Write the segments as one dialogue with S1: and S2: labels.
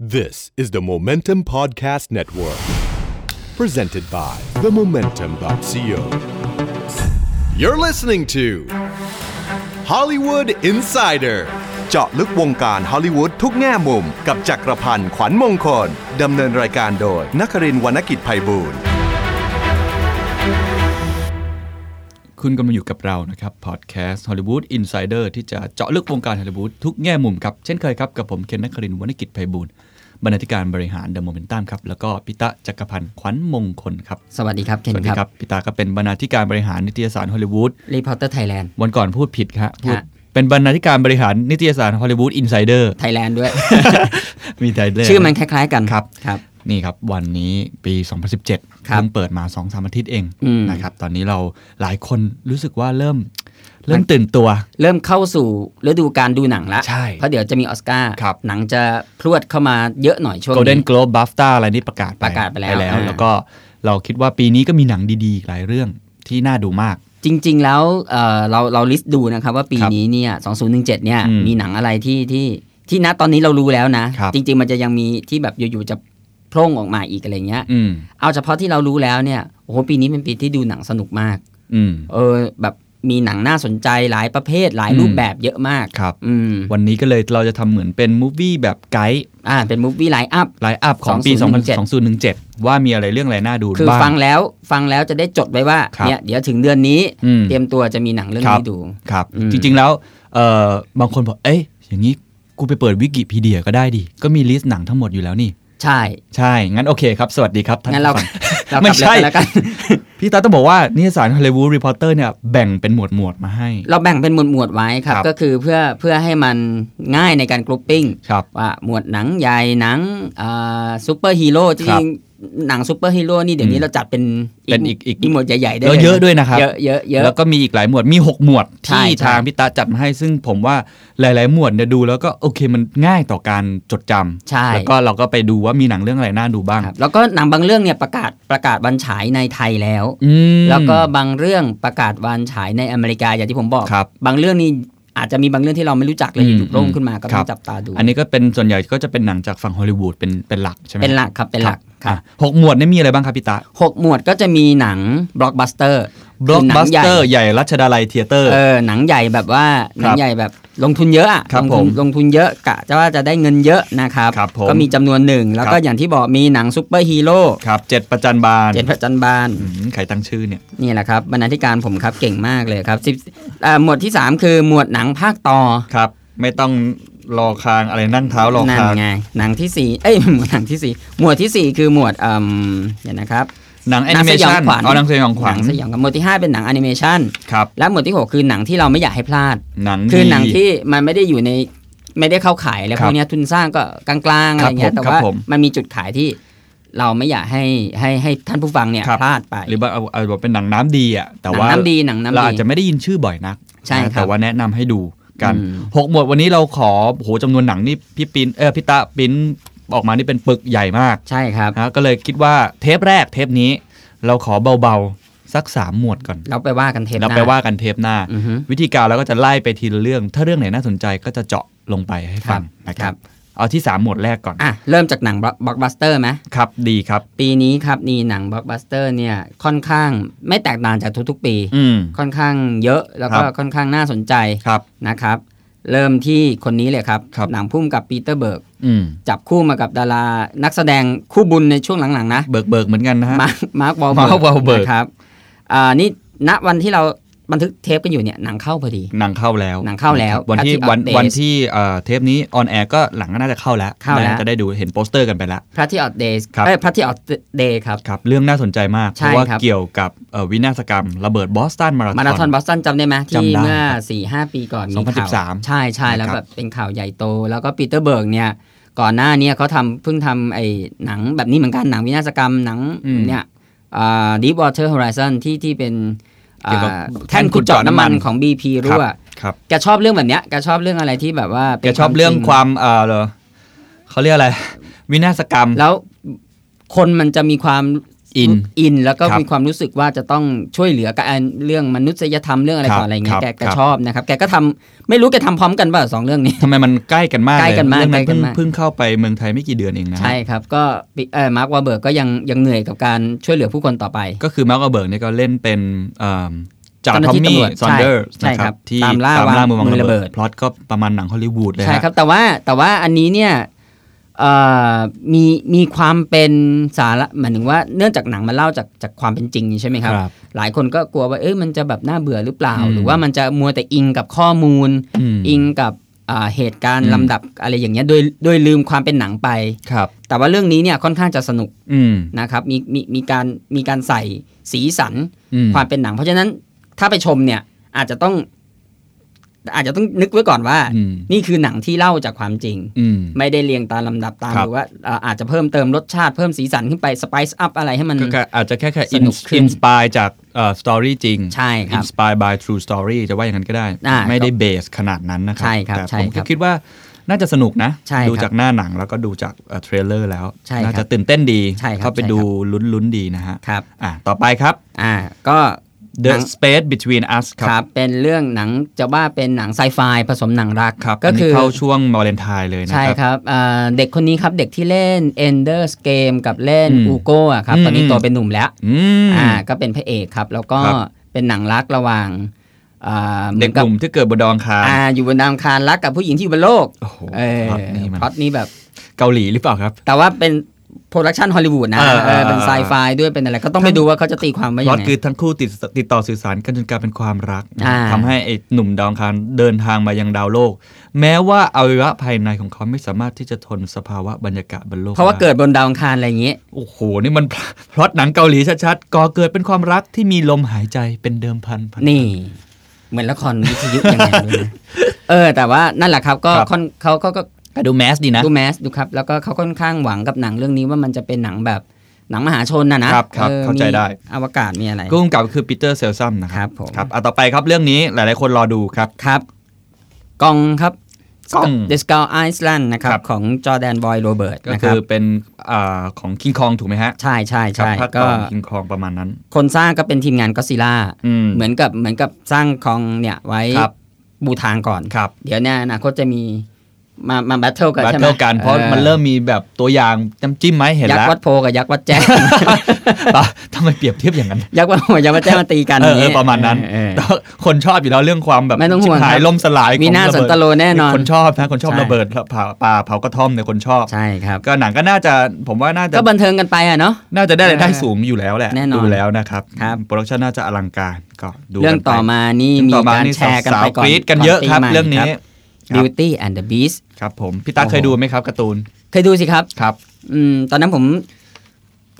S1: This is the Momentum Podcast Network, presented by themomentum.co. You're listening to Hollywood Insider เจาะลึกวงการฮอลลีวูดทุกแง่มุม กับจักรพันธ์ขวัญมงคล ดำเนินรายการโดยนักรินทร์วรรณกิจไพบูลย์
S2: คุณกำลังอยู่กับเรานะครับพอดแคสต์ Hollywood Insider ที่จะเจาะลึกวงการฮอลลีวูดทุกแง่มุมครับ เช่นเคยครับ กับผมเคนนักครินทร์วรรณกิจไพบูลย์บรรณาธิการบริหารเดอะโมเมนตัมครับ แล้วก็พิตะจักรพันธ์ขวัญมงคลครับ
S3: สวัสดีครับ เคน
S2: สวัสดี
S3: ค
S2: ค
S3: รั
S2: รั
S3: บบ
S2: พิตาก็เป็นบรรณาธิการบริหารนิตยสารฮอลลีวูด
S3: รีพอร์เตอร์ไทยแลนด์
S2: วันก่อนพูดผิดครับพูด
S3: ฮะ
S2: เป็นบรรณาธิการบริหารนิตยสารฮอลลีวูดอินไซเด อร์
S3: ไทยแลนด์ด้วย
S2: มีไทยเล
S3: ชื่อมันคล้าย ๆ กัน
S2: ครับ
S3: ครับ
S2: นี่ครับ วันนี้ปี 2017
S3: ครั
S2: เพิ่
S3: บ
S2: งเปิดมา2อสามอาทิตย์เอง
S3: อืม
S2: นะครับตอนนี้เราหลายคนรู้สึกว่าเริ่มเริ่มตื่นตัว
S3: เริ่มเข้าสู่ฤดูการดูหนังละ
S2: ใช่
S3: เพราะเดี๋ยวจะมีออสการ์
S2: ครับ
S3: หนังจะพรวดเข้ามาเยอะหน่อยช่วง
S2: Golden Globe BAFTA อะไรนี่ประกาศ
S3: ประกาศไปแล้ว
S2: แล้ว
S3: อ่า
S2: แล้วก็เราคิดว่าปีนี้ก็มีหนังดีๆอีกหลายเรื่องที่น่าดูมาก
S3: จริง ๆ แล้วเอ่อเราเราลิสต์ดูนะครับว่าปี
S2: ครับ
S3: นี้เนี่ย2017 เนี่ย
S2: อืม
S3: มีหนังอะไรที่ที่ที่ณตอนนี้เรารู้แล้วนะ
S2: ครับ
S3: จริง ๆ มันจะยังมีที่แบบอยู่ๆจะโพร่งออกมาอีกอะไรเงี้ย
S2: อืม
S3: เอาเฉพาะที่เรารู้แล้วเนี่ยโอ้โหปีนี้เป็นปีที่ดูหนังสนุกมาก
S2: อืม
S3: เออแบบมีหนังน่าสนใจหลายประเภทหลายรูปแบบเยอะมาก
S2: ครับ
S3: อืม
S2: วันนี้ก็เลยเราจะทำเหมือนเป็นมูฟวี่แบบไกด์
S3: อ่าเป็นมูฟวี่ไลน์อัพ
S2: ไลน์อัพของปี
S3: 2017
S2: 2017 ว่ามีอะไรเรื่องอะไรน่าดู
S3: คือ
S2: บ้า
S3: ฟั
S2: ง
S3: งแล้วฟังแล้วจะได้จดไว้ว่า
S2: ครับ
S3: เนี่ยเดี๋ยวถึงเดือนนี้
S2: อืม
S3: เตรียมตัวจะมีหนังเรื่อง
S2: ครับ
S3: นี้ดู
S2: ครับ
S3: อืม
S2: จริงๆแล้วเอ่อบางคนบอก เอ้ยอย่างนี้กูไปเปิดวิกิพีเดียก็ได้ดิ ก็มีลิสต์หนังทั้งหมดอยู่แล้วนี่
S3: ใช่
S2: ใช่ งั้นโอเคครับ สวัสดีครับท่าน
S3: งั้นเรา
S2: ผู้ฟัง
S3: เรา
S2: ไม่
S3: กลับ
S2: ใช่
S3: เลยกันแล้วกัน
S2: พี่ตาต้องบอกว่านิตยสารฮอลลีวูดรีพอร์เตอร์เนี่ยแบ่งเป็นหมวดหมวดๆมาให้
S3: เราแบ่งเป็นหมวดหมวดไว้ครับ
S2: ครับ
S3: ก็คือเพื่อเพื่อให้มันง่ายในการกรุ๊ปปิ้ง
S2: ครับ
S3: ว่าหมวดหนังใหญ่หนังอ่าซูเปอร์ฮีโร่จ
S2: ครับ
S3: ริงๆหนังซูเปอร์ฮีโร่นี่เดี๋ยวนี้เราจัดเป็น
S2: เป็นอีกอีก
S3: หมวดใหญ่ๆได้
S2: แล้ว
S3: ล
S2: เยอะด้วยนะครับ
S3: เยอะเยอะเยอะ
S2: แล้วก็มีอีกหลายหมวด มี 6 หมวด
S3: ใช่
S2: ที่
S3: ใช่
S2: ทางพี่ตาจัดมาให้ ซึ่งผมว่าหลาย ๆ หมวดเนี่ยดูแล้วก็โอเคมันง่ายต่อการจดจำ
S3: ใช่
S2: แล้วก็เราก็ไปดูว่ามีหนังเรื่องอะไรน่าดูบ้าง
S3: ครับแล้วก็หนังบางเรื่องเนี่ยประกาศประกาศวันฉายในไทยแล้ว
S2: อืม
S3: แล้วก็บางเรื่องประกาศวันฉายในอเมริกาอย่างที่ผมบอก
S2: ครับ
S3: งเรื่องนี้อาจจะมีบางเรื่องที่เราไม่รู้จักเลย
S2: อืม
S3: อยู่ๆโล่งขึ้นมาก็
S2: ค
S3: ต้
S2: รั
S3: อบ งจับตาดู
S2: อันนี้ก็เป็นส่วนใหญ่ก็จะเป็นหนังจากฝั่งฮอลลีวูดเป็นเป็นหลักใช่ไหม
S3: เป็นหลักครับเป็นหลักค
S2: อ่ะ
S3: รับ
S2: หกหมวดเนี่ยมีอะไรบ้างครับพี่ตา
S3: หกหมวดก็จะมีหนังบล็อกบัสเตอร์
S2: บล็อกบัสเตอร์ใหญ่รัชดาลัยเทเตอร์
S3: เออหนังใหญ่แบบว่าห
S2: ค
S3: นัง
S2: รับ
S3: ใหญ่แบบลงทุนเยอะอะ
S2: ครับ
S3: ลง
S2: ผ
S3: ทุน
S2: ม
S3: ลงทุนเยอะกะจะว่าจะได้เงินเยอะนะครับ
S2: ครับผม
S3: ก็มีจำนวนหนึ่งแล้วก็
S2: ครับ
S3: อย่างที่บอกมีหนังซูเปอร์ฮีโร่
S2: ครับเจ็ดประจันบาล
S3: เจ็ดพระจันทร์บาน
S2: อืมใครตั้งชื่อเนี่ย
S3: นี่แหละครับบรรณาธิการผมครับเก่งมากเลยครับสิบอ่าหมวดที่สามคือหมวดหนังภาคต่อ
S2: ครับ ไม่ต้องรอคางอะไรนั่งเท้ารอ
S3: นั่
S2: คาง
S3: นไงหนังที่สี่เอ้ย หมวดหนังที่สี่หมวดที่สี่คือหมวดเอ่มเดี๋ยวนะครับ
S2: หนังแอนิเม
S3: หนังสยอ
S2: ชั
S3: ง
S2: น
S3: ขวัญ
S2: อ๋อหนังสยองขวัญ
S3: หนังสยองกับหมวดที่ห้าเป็นหนังแอนิเมชัน
S2: ครับ
S3: และหมวดที่หกคือหนังที่เราไม่อยากให้พลาด
S2: หนัง
S3: คือ
S2: ดี
S3: หนังที่มันไม่ได้อยู่ในไม่ได้เข้าขายอะไร
S2: ครั
S3: พ
S2: บ
S3: วกเนี้ยทุนสร้างก็กลางๆอะไรเงี้ย
S2: ครับผมค
S3: แต่ว่า
S2: รับผม
S3: มันมีจุดขายที่เราไม่อยากให้ให้ให้ท่านผู้ฟังเนี่ย
S2: ครับ
S3: พลาดไป
S2: หรือว่าเอาเอาว่าเป็นหนังน้ำดีอ่ะแต่
S3: หนัง
S2: ว่า
S3: น้ำดีหนังน้ำ
S2: เรา
S3: ดี
S2: อาจจะไม่ได้ยินชื่อบ่อยนัก
S3: ใช่ค
S2: นะ
S3: รับ
S2: แต่ว่าแนะนำให้ดูกัน
S3: อืม
S2: หกหมวดวันนี้เราขอโหจำนวนหนังนี่พี่ปินเออพี่ตาปิ้นออกมานี่เป็นปึกใหญ่มาก
S3: ใช่ครับ
S2: นะก็เลยคิดว่าเทปแรกเทปนี้ เราขอเบาๆสักสามหมวดก่อน
S3: เราไปว่ากันเทปห
S2: แล้ว
S3: น้า
S2: ไปว่ากันเทปหน้า
S3: อือฮึ
S2: วิธีการเราก็จะไล่ไปทีละเรื่อง ถ้าเรื่องไหนน่าสนใจก็จะเจาะลงไปให้ฟัง
S3: ครับ
S2: นะค
S3: ครั
S2: รับ
S3: บ
S2: เอาที่ 3 หมวดแรกก่อน
S3: อ่ะเริ่มจากหนังบล็อกบัสเตอร์ไหม
S2: ครับ ดีครับ
S3: ปีนี้ครับนี่หนังบล็อกบัสเตอร์เนี่ยค่อนข้างไม่แตกต่างจากทุกๆปี
S2: อืม
S3: ค่อนข้างเยอะแล้วก็
S2: ครับ
S3: ค่อนข้างน่าสนใจ
S2: ครับ
S3: นะครับ เริ่มที่คนนี้เลยครับ
S2: ครับ
S3: หนังพุ่มกับปีเตอร์เบิร์ก
S2: อืม
S3: จับคู่มากับดารา นักแสดงคู่บุญในช่วงหลังๆนะ
S2: เบิกเบิกๆเหมือนกันนะฮะ
S3: มาร์คมาร์ควอล
S2: Mark
S3: เบิร์
S2: Wahlberg
S3: กครับอ่านี่ณวันที่เราบันทึกเทปกันอยู่เนี่ยหนังเข้าพอดี
S2: หนังเข้าแล้ว
S3: หนังเข้าแล้ว
S2: วันที่
S3: Patrick
S2: วัน
S3: Update
S2: วันที่เอ่อเทปนี้ออนแอร์ก็หลังก็น่าจะเข้าแล้ว
S3: เข้าแล้ว
S2: น่จะได้ดูเห็นโปสเตอร์กันไปแล้ว
S3: พระที่ออดเดย์
S2: ครับ
S3: เอ้ยพระที่ออดเดย์ครับ
S2: ครับ เรื่องน่าสนใจมากเพ
S3: ใช่
S2: ราะว่า
S3: ครับ
S2: เกี่ยวกับเอ่อวินาศกรรม ระเบิดบอสตันมาราธอน
S3: มาราธอนบอสตันจำได้ไหมที่
S2: จำได้
S3: เมื่อ4ี่ห้าปีก่อนมีข่าว
S2: 2013
S3: ใช่ใช่แล้ว
S2: นะครับ
S3: แบบเป็นข่าวใหญ่โต แล้วก็ปีเตอร์เบิร์กเนี่ย ก่อนหน้าเนี้เขาทำเพิ่งทำไอ้หนังแบบนี้เหมือนกันหนังวินาศกรรมหนัง
S2: อืม
S3: เนี่ยดีบวอเ t อร์ h o ไรซ o นที่ที่เป็น
S2: เกี่ยวกับ
S3: อ่าแท่นขุดเจาะน้ำมันของ BP
S2: ครับ
S3: รั่ว
S2: ครับ
S3: แกชอบเรื่องแบบเนี้ยแกชอบเรื่องอะไรที่แบบว่า
S2: แก
S3: ป็น
S2: ชอบเรื่อง
S3: จง
S2: ความเออเหรอเขาเรียกอะไร วินาศกรรม
S3: แล้วคนมันจะมีความ
S2: อิน
S3: อินแล้วก็
S2: ครับ
S3: มีความรู้สึกว่าจะต้องช่วยเหลือกันเรื่องมนุษยธรรมเรื่องอะไร
S2: ครับ
S3: ต่ออะไรเงี้
S2: ครั
S3: ย
S2: บ
S3: แก
S2: ค
S3: แก
S2: รับ
S3: ชอบนะครับ แกก็ทำไม่รู้แกทำพร้อมกันเปล่าสองเรื่องนี้
S2: ทำไมมันใกล้กันมาก
S3: ใกล้กันมาก
S2: เรื่องนั้
S3: ใกล้
S2: นเพิ่ง
S3: กันมาก
S2: เพิ่งเข้าไปเมืองไทยไม่กี่เดือนเองนะฮะ
S3: ใช่ครับ ก็ปิเออมาร์ควาเบิร์กก็ยังยังเหนื่อยกับการช่วยเหลือผู้คนต่อไป
S2: ก็คือมาร์กอัลเบิร์กเนี่ยก็เล่นเป็นเอิ่มจ่าทอ
S3: เจ้าหน้าม ที่
S2: มี่
S3: ตำรวจ
S2: ซอนเดอร์
S3: ใช่
S2: นะค
S3: ครั
S2: รับบที่
S3: ตามล่า
S2: ตามล่าว
S3: าง
S2: มือวาง
S3: มือ
S2: ระ
S3: ระเบิ
S2: เบิด
S3: ด
S2: พล็อตก็ประมาณหนังฮอลลีวูดเลย
S3: ใช่
S2: ฮะ
S3: ครับ แต่ว่าแต่ว่าอันนี้เนี่ยเอ่อมีมีความเป็นสาระหมายถึงว่าเนื่องจากหนังมันเล่าจากจากความเป็นจริงใช่ไหมครับ
S2: ครับ
S3: หลายคนก็กลัวว่าเอ้ยมันจะแบบน่าเบื่อหรือเปล่า
S2: อืม
S3: หรือว่ามันจะมัวแต่อิงกับข้อมูล
S2: ม
S3: อิงกับอ่าเหตุการ
S2: อื
S3: ณ์
S2: ม
S3: ลำดับอะไรอย่างเงี้ยโดยโดยลืมความเป็นหนังไป
S2: ครับ
S3: แต่ว่าเรื่องนี้เนี่ยค่อนข้างจะสนุก
S2: อืม
S3: นะครับมีมีมีการมีการใส่สีสัน
S2: อืม
S3: ความเป็นหนัง เพราะฉะนั้นถ้าไปชมเนี่ยอาจจะต้อง อาจจะต้องนึกไว้ก่อนว่า
S2: อืม
S3: นี่คือหนังที่เล่าจากความจริง
S2: อืม
S3: ไม่ได้เรียงตามลำดับตาม
S2: ครั
S3: ห
S2: บ
S3: รือว่าอ่าอาจจะเพิ่มเติมรสชาติเพิ่มสีสันขึ้นไปสไปซ์อัพอะไรให้มัน
S2: ก็แค่อาจจะแค่แค่
S3: ส
S2: อิน
S3: นุกขึ้น
S2: อินสปายจากเอ่อสตอรี่จริง
S3: ใช่ค
S2: อิ
S3: รับ
S2: นสปาย by true story จะว่าอย่างนั้นก็ได้
S3: อ่า
S2: ไม่ได้เบสขนาดนั้นนะครั
S3: ใช่ครับ
S2: แต่
S3: ใช่
S2: ผม
S3: ครั
S2: ก็
S3: บ
S2: คิดว่าน่าจะสนุกนะ
S3: ใช่ครับ
S2: ดูจากหน้าหนังแล้วก็ดูจากเอ่อเทรลเลอร์แล้ว
S3: ใช่ครับ
S2: น่าจะตื่นเต้นดี
S3: ใช่ครับ
S2: เข้าไป
S3: ใช่ครับ
S2: ดูลุ้นๆดีนะฮะ
S3: ครับ
S2: อ่ะต่อไปครับ
S3: อ่าก็
S2: The
S3: หนัง
S2: Space Between Us ค
S3: ครั
S2: รับบ
S3: เป็นเรื่องหนังจะว่าเป็นหนังไซไฟผสมหนังรัก
S2: ครับ
S3: ก็
S2: นนี้
S3: คือ
S2: เข้าช่วงวาเลนไทน์เลยนะ
S3: ใช่
S2: ครับ
S3: ครับอ่าเด็กคนนี้ครับเด็กที่เล่น Ender's Game กับเล่น
S2: อืม
S3: อูโก้อะครับ
S2: อืม
S3: ตอนนี้โตเป็นหนุ่มแล้ว
S2: อืม
S3: อ่าก็เป็นพระเอกครับ แล้วก็
S2: ครับ
S3: เป็นหนังรักระหว่างอ่าหมื
S2: เด็
S3: อก น
S2: หนุ่มที่เกิดบนดองคาร
S3: อ่าอยู่บนดาวอังคารรักกับผู้หญิงที่อยู่บนโลก
S2: โอ้โห
S3: เออ
S2: พล็อตนี่มัน
S3: พล็อตนี้แบบ
S2: เกาหลีหรือเปล่าครับ
S3: แต่ว่าเป็นโปรดักชันฮอลลีวูดนะ
S2: เออ
S3: เออเป็น
S2: เออ
S3: ไซไฟด้วยเป็นอะไรก็ต้องไป
S2: ทั้ง
S3: ดูว่าเขาจะตีความว่า
S2: พ
S3: ยั
S2: ล็อต
S3: งไง
S2: คือทั้งคู่ติดติดต่อสื่อสารกันจนกลายเป็นความรัก
S3: อ่า
S2: ทำให้ไอ้หนุ่มดาวอังคารเดินทางมายังดาวโลก แม้ว่าอวัยวะภายในของเขาไม่สามารถที่จะทนสภาวะบรรยากาศบนโลก
S3: เพราะว่า
S2: ได้
S3: เกิดบนดาวอังคารอะไรอย่างงี้
S2: โอ้โห นี่มัน พล็อตหนังเกาหลีชัดๆก่อเกิดเป็นความรักที่มีลมหายใจเป็นเดิมพันพั
S3: นี่ เหมือนละครวิทยุยังไงไม่รู้ นะเออ แต่ว่านั่นแหละครับก็
S2: ครับ
S3: ค่อนเขาเขาก็
S2: ก็ดูแมสดีนะ
S3: ดูแมสดูครับ แล้วก็เขาค่อนข้างหวังกับหนังเรื่องนี้ว่ามันจะเป็นหนังแบบหนังมหาชนนะนะครับ
S2: ครับ
S3: ออ
S2: เข้าใจได้
S3: มีอวกาศมีอะไร
S2: กุ้งกับคือปีเตอร์เซลซัมนะค
S3: ครั
S2: รับบ
S3: ผม
S2: ครับอ่ะต่อไปครับเรื่องนี้หลายๆคนรอดูครับ
S3: ครับ กองครับ
S2: กอง
S3: The Skull Island นะครับ
S2: ครับ
S3: ของจอแดนบอยโรเบิร์ต
S2: ก็
S3: นะค
S2: คื
S3: รับ
S2: อเป็นอาของคิงคองถูกไหมฮะ
S3: ใช่ใช่
S2: ครับ
S3: ใช่
S2: ภาค
S3: ก็
S2: ต่อคิงคองประมาณนั้น
S3: คนสร้างก็เป็นทีมงานก็ซิล่า
S2: อืม
S3: เหมือนกับเหมือนกับสร้างกองเนี่ยไว้
S2: ครับ
S3: บูทางก่อน
S2: ครับ
S3: เดี๋ยวเนี่ยอนาคตจะมีมามาแบทเทิลกัน
S2: บัต
S3: ใช่ไหม
S2: เทิลกันเพราะ
S3: ออ
S2: มันเริ่มมีแบบตัวอย่างน้ำจิ้มไหมเห็น
S3: ยัก
S2: แล้ว
S3: ษ์วัดโพกับยักษ์วัดแจ้ง
S2: ป่ะทำไมเปรียบเทียบอย่างนั้น
S3: ยักษ์วัดโพยักษ์วัดแจ้งมาตีกัน
S2: เออเอ
S3: อ
S2: ย่างอ
S3: งี้ย
S2: ประมาณนั้น
S3: เออ
S2: แต่ว่าคนชอบอยู่แล้วเรื่องความแบบ
S3: ไม่ต้องห่วง
S2: ชิบหาย
S3: ครับ
S2: ล่มสลาย
S3: มีหน้า
S2: ของ
S3: สั
S2: ระเบิด
S3: นตโลแน่นอน
S2: คนชอบนะคนชอบ
S3: ใช่
S2: ระเบิดป่าป่าเผากระท่อมเนี่ยคนชอบ
S3: ใช่ครับ
S2: ก็หนังก็น่าจะผมว่าน่าจะ
S3: ก็บันเทิงกันไปอ่ะเนาะ
S2: น่าจะได้รายได้
S3: เออ
S2: สูงอยู่แล้วแหละ
S3: แน่นอน
S2: ดูแล้วนะครับ
S3: ครับ
S2: โปรดักชันน่าจะอลังการก็ดู
S3: เรื่อง
S2: กันไป
S3: ต่อมานี่
S2: เรื่องต่
S3: มี
S2: อม
S3: การ
S2: นี่
S3: แชร์กัน
S2: สาว
S3: ไป
S2: ๆ
S3: ก่อน
S2: รี๊ดกันเยอะ
S3: ก่
S2: ครับ
S3: ปีใหม่
S2: เรื่องนี้ ครับ
S3: Beauty and the Beast
S2: ครับผมพี่ตา
S3: โอ้โห
S2: เคยดูไหมครับการ์ตูน
S3: เคยดูสิครับ
S2: ครับ
S3: อืมตอนนั้นผม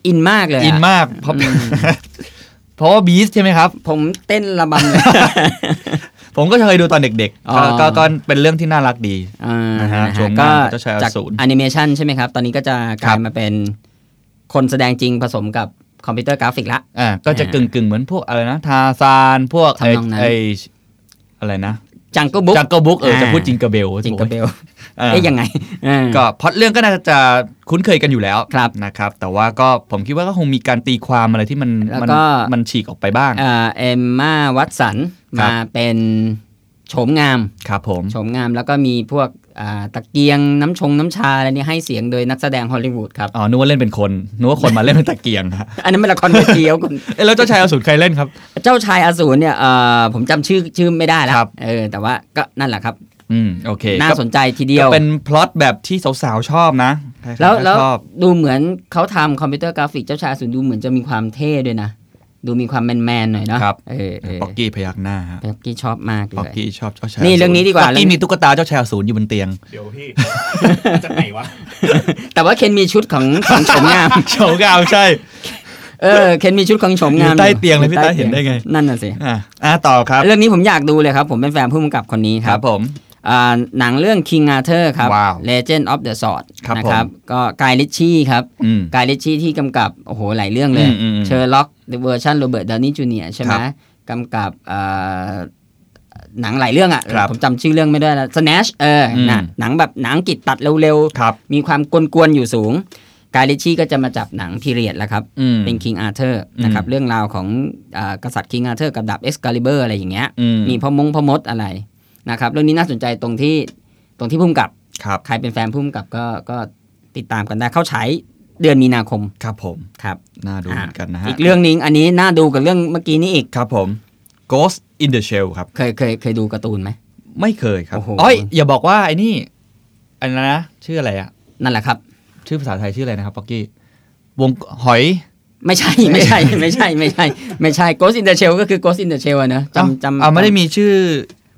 S3: อินมากเลยะ
S2: อินมากเพราะเพราะว่าบีสใช่ไหมครับ
S3: ผมเต้นระบำ เลย
S2: ผมก็เคยดูตอนเด็ก
S3: อ๋
S2: ๆ
S3: อ
S2: ก็ก็ก็เป็นเรื่องที่น่ารักดี
S3: อ่า
S2: นะฮะชม
S3: ก็
S2: งานเจ้าชายอ
S3: จาก
S2: สูร
S3: แอนิเมชันใช่ไหมครับ ตอนนี้ก็จะก
S2: ครั
S3: ลาย
S2: บ
S3: มาเป็นคนแสดงจริงผสมกับคอมพิวเตอร์กราฟิกละ
S2: อ่าก็จะกึ่งกึ่งๆเหมือนพวกอะไรนะทาซานพวกไอ้
S3: ทำนองนั้น
S2: ไอ้อะไรนะ
S3: จังก็บุ๊ก
S2: จังเกิลบุ๊กเออจะพูด
S3: อ่า
S2: จิงเกอร์เบล
S3: จิงกับเบล
S2: โอ้ย
S3: เอ๊ยยังไงอ่า
S2: ก็พล็อดเรื่องก็น่าจะคุ้นเคยกันอยู่แล้ว
S3: ครับ
S2: นะครับ แต่ว่าก็ผมคิดว่าก็คงมีการตีความอะไรที่มัน
S3: แล้ว
S2: มั
S3: ก็
S2: มันฉีกออกไปบ้าง
S3: เอ่อเอ็มมาวัตสัน
S2: ครับ
S3: มาเป็นโฉมงาม
S2: ครับผม
S3: โฉมงามแล้วก็มีพวกอ่าตะเกียงน้ำชงน้ำชาอะไรเนี่ยให้เสียงโดยนักแสดงฮอลลีวูดครับ
S2: อ๋อนึกว่าเล่นเป็นคนนึกว่าคนมาเล่นเป็นตะเกียง ฮะ
S3: อันนั้นเป็นละครเวทีครับคุณ
S2: เอ๊ะแล้วเจ้าชายอสูรใครเล่นครับ
S3: เจ้าชายอสูรเนี่ยเอ่อผมจำชื่อชื่อไม่ได้แล้ว
S2: ครับ
S3: เออแต่ว่าก็นั่นแหละครับ
S2: อืมโอเค
S3: น่า
S2: ก็
S3: สนใจทีเดียว
S2: ก็เป็นพล็อตแบบที่สาวๆชอบนะใครๆ
S3: แล้ว
S2: ก็
S3: แล้ว
S2: ชอบ
S3: ดูเหมือนเขาทำคอมพิวเตอร์กราฟิกเจ้าชายอสูรดูเหมือนจะมีความเท่ด้วยนะ ดูมีความแมนแมนๆหน่อยเนาะ
S2: ครับ
S3: เออเออ
S2: ป๊อกกี้พยักหน้าฮะ
S3: เป็กกี้ชอบมากเล
S2: ป๊อก
S3: ย
S2: กี้ชอบเจ้าชาย
S3: นี่
S2: สู
S3: เรื่องนี้ดีกว่า
S2: ป๊อก
S3: เรื่
S2: กี้
S3: อง
S2: มีตุ๊กตาเจ้าชายอสูรอยู่บนเตียง
S4: เดี๋ยวพี่ จากไหนวะ
S3: แต่ว่าเคนมีชุดของของโฉมงาม
S2: โฉมกาวใช่
S3: เออเคนมีชุดของโฉมงาม
S2: อยู่ใต้เตียงเลยพี่ต้า
S3: อ
S2: เห็นได้ไง
S3: นั่นน่ะสิ
S2: อ่ะอ่ะต่อครับ
S3: เรื่องนี้ผมอยากดูเลยครับ ผมเป็นแฟนผู้กำกับคนนี้
S2: ค
S3: ค
S2: รั
S3: รั
S2: บบ ผม
S3: อ่าหนังเรื่อง King Arthur ครับ
S2: ว้าว
S3: Legend of the Sword
S2: ครับ
S3: นะ
S2: ผม
S3: ก็กายลิชชี่ครับ
S2: อืม
S3: กายลิชชี่ที่กำกับ โอ้โห หลายเรื่องเลย
S2: อืมอืมอืม
S3: เชอร์ล็อกเวอร์ชันโรเบิร์ตดาวนี่จูเนียใช่ไหม
S2: ครับ
S3: กำกับอ่าหนังหลายเรื่องอ่ะ
S2: ครับ
S3: ผมจำชื่อเรื่องไม่ได้แล้ว Snatch เอออ
S2: ม
S3: น่ะหนังแบบหนังอังกิจตัดเร็ว
S2: ครับ
S3: ๆ มีความกวนๆอยู่สูง กายลิชชี่ก็จะมาจับหนังพีเรียดแล้วครับ
S2: อืม
S3: เป็น King Arthur นะครับ
S2: อืม
S3: เรื่องราวของอากษัตริย์ King Arthur กับดาบ Excalibur อะไรอย่างเงี้ย
S2: อืม
S3: มีพ่อมงพ่อมดอะไรนะครับเรื่องนี้น่าสนใจตรงที่ตรงที่พุ่มกับ
S2: ครับ
S3: ใครเป็นแฟนพุ่มกับก็ก็ติดตามกันได้เข้าฉายเดือนมีนาคม
S2: ครับผม
S3: ครับ
S2: น่าดูเหมือนกันนะฮะ
S3: อีกเรื่องหนึงอันนี้น่าดูกับเรื่องเมื่อกี้นี้อีก
S2: ครับผม Ghost in the Shell ครับ
S3: เคยเคยเคยดูการ์ตูนไหม
S2: ไม่เคยครับ
S3: โอ้โห
S2: เยอย่าบอกว่าไอ้นี่อันนั้นนะ ชื่ออะไรอะ
S3: นั่นแหละครับ
S2: ชื่อภาษาไทยชื่ออะไรนะครับป๊อกกี้วงหอย
S3: ไม่ใช่ ไม่ใช่ ไม่ใช่ ไม่ใช่ ไม่ใช่ Ghost in the Shell ก็คือ Ghost in the Shell อะเนอะจำจำ
S2: อ่าไม่ได้มีชื่อ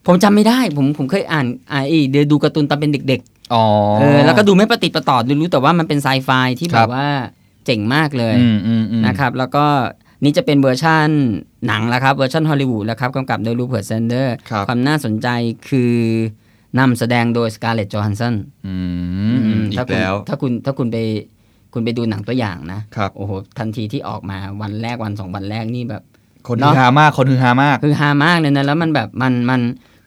S3: ผมจำไม่ได้ผมผมเคยอ่านอ่าอีเดี๋ยวดูการ์ตูนตอนเป็นเด็ก
S2: อ๋อ
S3: ๆ เออแล้วก็ดูไม่ประติดประต่อดูรู้แต่ว่ามันเป็นไซไฟที่
S2: ค
S3: แบ
S2: รั
S3: บบ ว่าเจ๋งมากเลย
S2: อืมอืมอืม
S3: นะครับแล้วก็นี่จะเป็นเวอร์ชันหนังแล้วครับเวอร์ชันฮอลลีวูดแล้วครับกำกับโดยรูเพิร์ตเซนเดอร์
S2: ครับ
S3: ความน่าสนใจคือนำแสดงโดยสการ์เลตจอห์นสัน
S2: อืมอืมอี
S3: ถ้าก คุณ
S2: แล้ว
S3: ถ้าคุณถ้าคุณไปคุณไปดูหนังตัวอย่างนะครับ โอ้โหทันทีที่ออกมาวันแรกวันสองวันแรกนี่แบบ
S2: คน
S3: เน
S2: ฮื
S3: อะ
S2: อฮามาก คนฮือฮามาก
S3: คือฮามากเลยนะ แล้วมันแบบมันมัน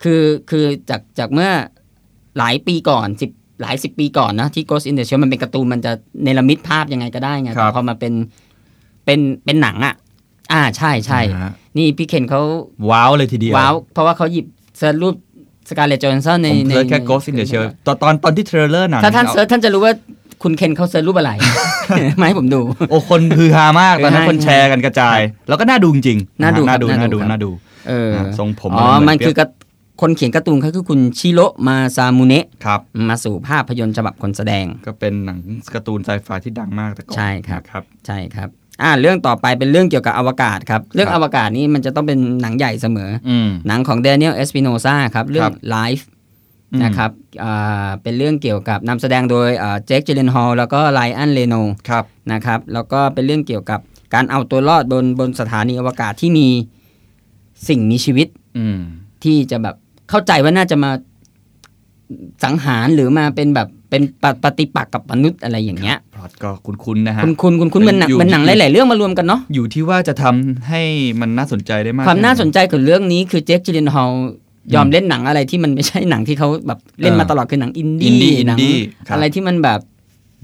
S3: คือคือจากจากเมื่อหลายปีก่อนสิบหลายสิบปีก่อนนะที่ Ghost in the Shell มันเป็นการ์ตูนมันจะเนรมิตภาพยังไงก็ได้ไง
S2: ครั
S3: แต่
S2: บ
S3: พอมาเป็นเป็นเป็นหนังอ่ะ อ่าใช่ใช่
S2: นะฮะ
S3: นี่พี่เคนเขา
S2: ว้าวเลยทีเดียว
S3: ว้าว เพราะว่าเขาหยิบเซิร์ชรูปสการ์เลตจอห์นสันใน
S2: ผม
S3: ใน
S2: เซิร์ชแค่
S3: ใน
S2: Ghost in the Shell ตอนตอนตอนที่เทรลเลอร์หนัง
S3: ถ้าท่าน
S2: อ
S3: เซิร์ชท่านจะรู้ว่าคุณเคนเขาเซิร์ชรูปอะไร มาให้ผมดู
S2: โอ้คนฮือฮามาก ตอนนั้น
S3: ใช่
S2: คนแชร์กันกระจาย แล้วก็น่าดูจริงๆ
S3: น่าดู
S2: น่าดู
S3: ครับ
S2: น่าดู
S3: น่าดูครับ
S2: น่าดู
S3: เออ
S2: นะทรงผม
S3: อ๋อ
S2: เห
S3: มัน
S2: เป
S3: คื
S2: รี้
S3: อ
S2: ยว
S3: การ์คนเขียนการ์ตูนเขาคือคุณชิโรมาซามูเนะ
S2: ครับ
S3: มาสู่ภาพยนตร์ฉบับคนแสดง
S2: ก็เป็นหนังการ์ตูนไซไฟที่ดังมากแต่ก่อน
S3: ใช่ครับ
S2: นะครับ
S3: ใช่ครับ อ่า เรื่องต่อไปเป็นเรื่องเกี่ยวกับอวกาศครับ เรื่อง
S2: ครั
S3: อบ วกาศนี่มันจะต้องเป็นหนังใหญ่เสมอ
S2: อืม
S3: หนังของเดนิเอลเอสปิโนซาครับ เรื่อ
S2: ค
S3: ง
S2: รับ
S3: Life
S2: อืม
S3: นะครับอ่าเป็นเรื่องเกี่ยวกับนำแสดงโดยเจคเจเลนฮอลแล้วก็ไลอันเลโน
S2: ครับ
S3: นะครับแล้วก็เป็นเรื่องเกี่ยวกับการเอาตัวรอดบนบนสถานีอวกาศที่มีสิ่งมีชีวิต
S2: อืม
S3: ที่จะแบบเข้าใจว่าน่าจะมาสังหารหรือมาเป็นแบบเป็นปะปฏิปักษ์กับมนุษย์อะไรอย่างเงี้ย
S2: พล็อตก็คุ้นๆนะฮะ
S3: คุณคุณคุณคุณ
S2: เป็
S3: มั
S2: น
S3: นหนัง
S2: อยู่
S3: มันหนัง
S2: ที่
S3: หลาย ๆ เรื่องมารวมกันเนาะ
S2: อยู่ที่ว่าจะทำให้มันน่าสนใจได้มาก
S3: ความน่าสน
S2: แไห
S3: ใจของเรื่องนี้คือเจคจิลินฮอลยอมเล่นหนังอะไรที่มันไม่ใช่หนังที่เขาแบบเล่นมาตลอดคือหนังอิน
S2: อินดี้
S3: ดี้หนัง
S2: อินดี้ครับ
S3: อะไรที่มันแบบ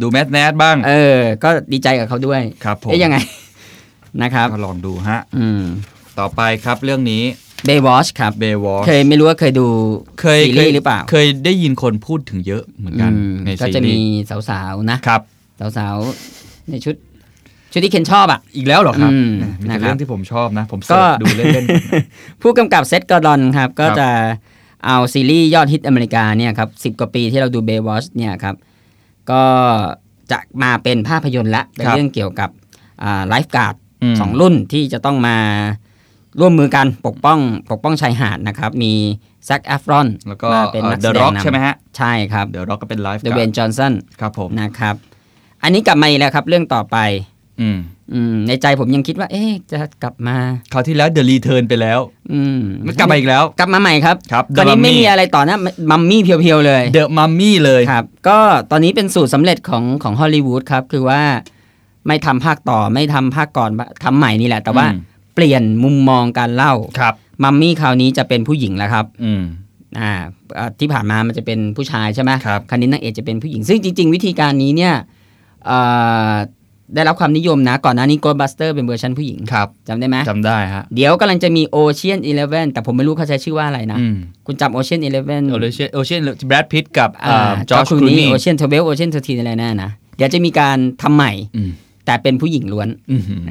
S2: ดูแมสแนทบ้าง
S3: เออก็ดีใจกับเขาด้วย
S2: ครับผม
S3: เอ๊ยยังไง นะครับ
S2: ก็ลองดูฮะ
S3: อืม
S2: ต่อไปครับเรื่องนี้
S3: เบย์วอชครับ
S2: เบวอ
S3: เคยไม่รู้ว่าเคยดู
S2: เคย
S3: ซีรีส์หรือเปล่า
S2: เคยได้ยินคนพูดถึงเยอะเหมือนกัน
S3: อืม
S2: ใน
S3: ก็
S2: ซี
S3: จะมี
S2: รีส์
S3: สาวๆนะครับ สาวๆในชุด ชุดที่เคนชอบอ่ะ
S2: อีกแล้วเหรอครับ
S3: อืม
S2: อ่ะมี
S3: นะ
S2: แต่
S3: ครับ
S2: เรื่องที่ผมชอบนะ ผม
S3: ก็
S2: เสิร์ชดูเล่น
S3: ผู้กำกับเซตกอร์ดอนครับ ก็
S2: ครับ
S3: จะเอาซีรีส์ยอดฮิตอเมริกาเนี่ยครับสิบกว่าปีที่เราดูเบย์วอชเนี่ยครับ ก็จะมาเป็นภาพยนตร์ละเป็นเรื่องเกี่ยวกับไลฟ์การ์ด
S2: ๆม
S3: สองรุ่นที่จะต้องมาร่วมมือกันปกป้องปกป้องชายหาดนะครับ มีแซคแอฟรอน
S2: แล้วก็
S3: มาเป็นนักแส
S2: เอ่อ The
S3: ดง
S2: Rock
S3: นำ
S2: ใช่ไหมฮะ
S3: ใช่ครับ
S2: เดี๋ยวเราก็เป็นไลฟ์
S3: เดเวนจอห์นสัน
S2: ครับผม
S3: นะครับ อันนี้กลับมาอีกแล้วครับ เรื่องต่อไป
S2: อืม
S3: อืมในใจผมยังคิดว่า เอ๊ะจะกลับมา
S2: คราวที่แล้วเดอะรีเทิร์นไปแล้ว
S3: อืม
S2: มันกลับมาอีกแล้ว
S3: กลับมาใหม่ครับ
S2: ครับ
S3: ตอนนี้
S2: The
S3: ไม่
S2: Mummy
S3: มีอะไรต่อนะมัมมี่เพียวๆเลย
S2: เดอะมัมมี่เลย
S3: ครับ ก็ตอนนี้เป็นสูตรสำเร็จของของฮอลลีวูดครับ คือว่าไม่ทำภาคต่อไม่ทำภาคก่อนทำใหม่นี่แหละ แต่ว่า
S2: อืม
S3: เปลี่ยนมุมมองการเล่า
S2: ครับ
S3: มัมมี่คราวนี้จะเป็นผู้หญิงแล้วครับ
S2: อืม
S3: อ่าเอ่อที่ผ่านมามันจะเป็นผู้ชายใช่ไหม
S2: ครับ
S3: คราวนี้นางเอกจะเป็นผู้หญิง ซึ่งจริง ๆ วิธีการนี้เนี่ยเอ่อได้รับความนิยมนะ ก่อนหน้านี้ Ghostbuster เป็นเวอร์ชันผู้หญิง
S2: ครับ
S3: จำได้ไหม
S2: จำได้ฮะ
S3: เดี๋ยวกำลังจะมี Ocean Eleven แต่ผมไม่รู้เขาใช้ชื่อว่าอะไรนะ
S2: อืม
S3: คุณจำ Ocean Eleven
S2: โอเชียนโอเชียนแบรดพิตกับจอ
S3: George
S2: ร์จครู
S3: Clooney
S2: นี่
S3: Ocean 12 Ocean 13อะไรแน่นะ เดี๋ยวจะมีการทำใหม่
S2: อืม
S3: แต่เป็นผู้หญิงล้วน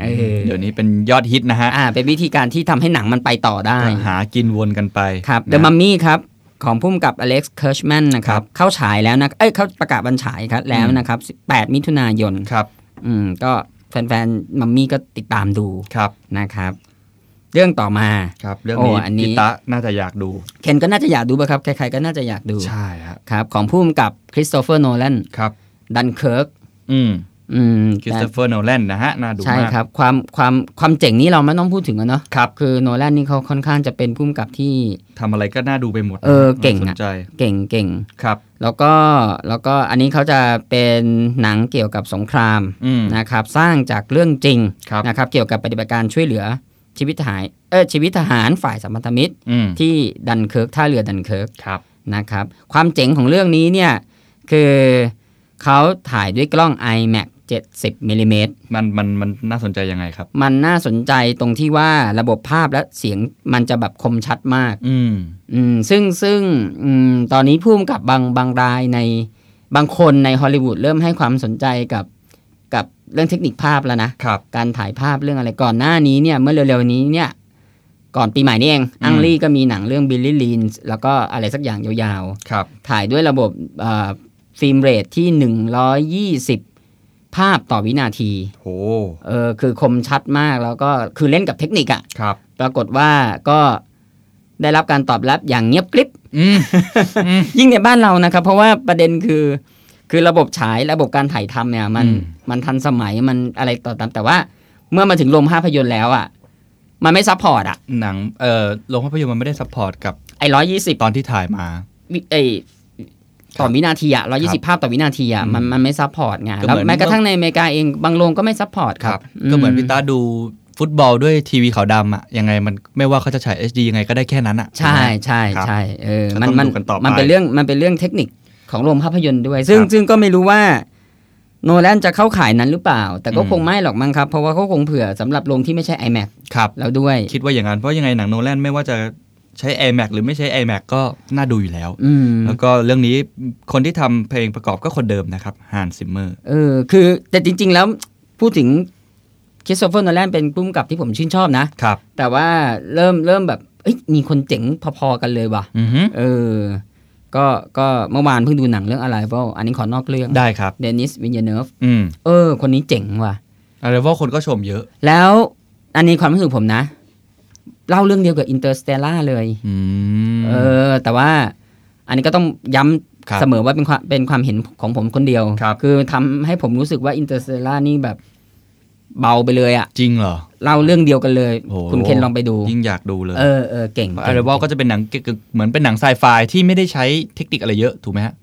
S3: เออ
S2: เดี๋ยวนี้เป็นยอดฮิตนะฮะ
S3: อ่าเป็นวิธีการที่ทำให้หนังมันไปต่อได้
S2: ก็หากินวนกันไป
S3: ครับ
S2: นะ
S3: The Mummy ครับ ของพุ่มกับอเล็กซ์เคิร์ชแมนนะครั
S2: ครับ บ
S3: เข้าฉายแล้วนะ เอ้ย เข้าประกาศวันฉายครับแล้ว
S2: อืม
S3: นะครับ 18 มิถุนายน
S2: ครับ
S3: อืม ก็แฟนๆ มัมมี่ก็ติดตามดู
S2: ครับ
S3: นะครับ เรื่องต่อมา
S2: ครับเรื่อง
S3: โอ้
S2: นี้
S3: อันนี้
S2: พิตะน่าจะอยากดู
S3: เคนก็น่าจะอยากดูป่ะครับ ใครๆ ก็น่าจะอยากดู
S2: ใช่ฮะ
S3: ครับ ของพุ่มกับคริสโตเฟอร์โนแลน
S2: ครับ
S3: ดันเคิร์ก
S2: อืม
S3: อืม
S2: คริสโตเฟอร์โนแลนนะฮะ น่าดู
S3: ใช่
S2: มาก
S3: ครับ ความความความเจ๋งนี้เราไม่ต้องพูดถึงอะเนาะ
S2: ครับ
S3: คือโนแลนนี่เขาค่อนข้างจะเป็นพุ่มกับที่
S2: ทำอะไรก็น่าดูไปหมด
S3: เออเก่งอะ
S2: น่าสนใจ
S3: เก่งเก่ง
S2: ครับ
S3: แล้วก็แล้วก็อันนี้เขาจะเป็นหนังเกี่ยวกับสงคราม
S2: อืม
S3: นะครับ สร้างจากเรื่องจริง
S2: ครับ
S3: นะครับ เกี่ยวกับปฏิบัติการช่วยเหลือชีวิตทหารเออชีวิตทหารฝ่ายสัมพันธมิตร
S2: อืม
S3: ที่ดันเคิร์กท่าเรือดันเคิร์ก
S2: ครับ
S3: นะครับ ความเจ๋งของเรื่องนี้เนี่ยคือเขาถ่ายด้วยกล้อง iMac 70มิลลิเมตร
S2: มันมันมันน่าสนใจยังไงครับ
S3: มันน่าสนใจตรงที่ว่าระบบภาพและเสียงมันจะแบบคมชัดมาก
S2: อืม
S3: อืมซึ่งซึ่งอืมตอนนี้ผู้กำกับบางบางรายในบางคนในฮอลลีวูดเริ่มให้ความสนใจกับกับเรื่องเทคนิคภาพแล้วนะ
S2: ครับ
S3: การถ่ายภาพเรื่องอะไรก่อนหน้านี้เนี่ยเมื่อเร็วๆนี้เนี่ยก่อนปีใหม่นี่เองอังลี่ก็มีหนังเรื่องบิลลี่ลีนแล้วก็อะไรสักอย่างยาว
S2: ครับ
S3: ๆ ถ่ายด้วยระบบเอ่อฟิล์มเรทที่ 120 ภาพต่อวินาที
S2: โห
S3: เออคือคมชัดมากแล้วก็คือเล่นกับเทคนิคอะ
S2: ครับ
S3: ปรากฏว่าก็ได้รับการตอบรับอย่างเงียบกริบ
S2: อืม
S3: ยิ่งในบ้านเรานะครับ เพราะว่าประเด็นคือ คือระบบฉายระบบการถ่ายทำเนี่ยมัน
S2: อืม
S3: มันทันสมัยมันอะไรต่อตามแต่ว่า เมื่อมาถึงโรงภาพยนตร์แล้วอ่ะ มันไม่ซัพพอร์ตอ่ะ
S2: หนัง เอ่อโรงภาพยนตร์มันไม่ได้ซัพพอร์ตกับ
S3: ไอ้ร้อยยี่สิบ
S2: ตอนที่ถ่ายมา
S3: ไอ้ต่อวินาทีอ่ะร้อยี่สิบภาพต่อวินาทีอ่ะ
S2: อืม
S3: มันมันไม่ซัพพอร์ตไง
S2: ก็
S3: แล้ว
S2: เหมือน
S3: แม้กระทั่งในอเมริกาเองบางโรงก็ไม่ซัพพอร์ตครับ
S2: ก็เหมือนพี่ตาดูฟุตบอลด้วยทีวีขาวดำอะยังไงมันไม่ว่าเขาจะฉาย HD ยังไงก็ได้แค่นั้นอะ
S3: ใช่ใช่ใช่เออ
S2: ก็
S3: มั
S2: ต้อง
S3: นมัน
S2: ดูกันต่อไป
S3: มันเป็นเรื่องมันเป็นเรื่องเทคนิคของโรงภาพยนตร์ด้วย ซึ่ง
S2: ครับ
S3: ซึ่งก็ไม่รู้ว่า โนแลนจะเข้าขายนั้นหรือเปล่า แต่ก็
S2: อืม
S3: คงไม่หรอกมั้งครับ เพราะว่าเขาคงเผื่อสำหรับโรงที่ไม่ใช่ iMac
S2: ครับ
S3: แล้วด้วย
S2: คิดว่าอย่างนั้น เพราะยังไงหนังโนแลนไม่ว่าจะใช้ iMac หรือไม่ใช้ iMac ก็น่าดูอยู่แล้ว
S3: อืม
S2: แล้วก็เรื่องนี้คนที่ทำเพลงประกอบก็คนเดิมนะครับฮันซิมเมอร์
S3: เออ คือ แต่จริง ๆ แล้วพูดถึงค h ิสโ o เฟอร์ n o แลนเป็นผู้กำกับที่ผมชื่นชอบนะ
S2: ครับ
S3: แต่ว่าเริ่มเริ่มแบบเอ้ยมีคนเจ๋งพอ ๆ กันเลยว่ะ
S2: อือฮึ
S3: เออ ก็ก็เมื่อวานเพิ่งดูหนังเรื่องอะไรเพราะอันนี้ขอนอกเรื่อง
S2: ได้ครับ
S3: เดนิสวินเยเนฟ
S2: อืม
S3: เออ คนนี้เจ๋งว่ะ
S2: อะไรว่าคนก็ชมเยอะ
S3: แล้วอันนี้ความรู้สึกผมนะ เล่าเรื่องเดียวกับอินเตอร์สเตล่าเลย
S2: อืม
S3: เออ แต่ว่าอันนี้ก็ต้องย้ำ
S2: ครับ
S3: เสมอว่าเป็นความเป็นความเห็นของผมคนเดียว
S2: ครับ
S3: อทำให้ผมรู้สึกว่าอินเตอร์สเตล่านี่แบบเบาไปเลยอะ
S2: จริงเหรอ
S3: เล่าเรื่องเดียวกันเลย
S2: โอ้โห
S3: คุณเคนลองไปดู
S2: ยิ่งอยากดูเลย
S3: เออเออเก่ง
S2: เพราะอะไรว่าก็จะเป็นหนังเกี่ยวกับเหมือนเป็นหนังไซไฟที่ไม่ได้ใช้เทคนิคอะไรเยอะถูกไหมฮะ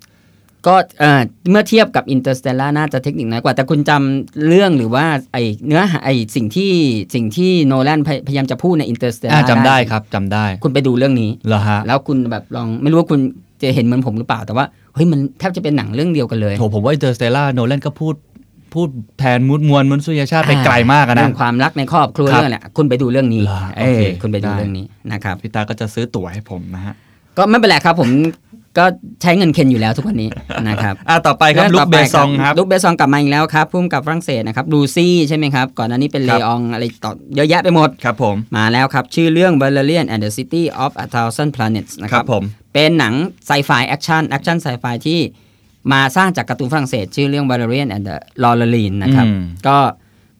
S3: ก็เออเมื่อเทียบกับอินเตอร์สเตล่าน่าจะเทคนิคน้อยกว่า แต่คุณจำเรื่องหรือว่าไอเนื้อหาไอสิ่งที่สิ่งที่โนแลนพยายามจะพูดในอินเตอร์สเตล่า
S2: อ่าจำได้ครับจำได้
S3: คุณไปดูเรื่องนี้
S2: เหรอฮะ
S3: แล้วคุณแบบลองไม่รู้ว่าคุณจะเห็นเหมือนผมหรือเปล่า แต่ว่าเฮ้ยมันแทบจะเป็นหนังเรื่องเดียวกันเลย
S2: โถผมว่าอินเตอร์สเตล่าโนแลนก็พูดพูดแทนมุดมวลมนุษยชาติไป
S3: อ่า
S2: ไกลมากอะนะ
S3: เรื่องความรักในครอบครัว
S2: ครับ
S3: เรื่องอะไรคุณไปดูเรื่องนี้
S2: เหรอ
S3: เอ
S2: โอ
S3: อ
S2: เค
S3: คุณไปดู
S2: ได้
S3: เรื่องนี้นะครับ
S2: พี่ตาก็จะซื้อตั๋วให้ผมนะฮะ
S3: ก็ไม่เป็นไรครับผม ก็ใช้เงินเคนอยู่แล้วทุกวันนี้ นะครับ
S2: อ่ะต่อไปครับ
S3: เง
S2: ลู
S3: ต่
S2: กเบซองครับ
S3: ลูกเบซองกลับมาอีกแล้วครับพุ่มกับฝรั่งเศสนะครับลูซี่ใช่ไหมครับ ก่อนหน้านี้เป็
S2: ค
S3: นเล
S2: รับ
S3: อองอะไรต่อเยอะแยะไปหมด
S2: ครับผม
S3: มาแล้วครับ ชื่อเรื่อง Valerian and the City of a Thousand Planets นะค
S2: ครั
S3: รั
S2: บบ ผม
S3: เป็นหนังไซไฟแอคชั่นแอคชั่นไซไฟที่มาสร้างจากการ์ตูนฝรั่งเศส ชื่อเรื่อง Valerian and the l o r e l i n นะครับ
S2: อืม
S3: ก็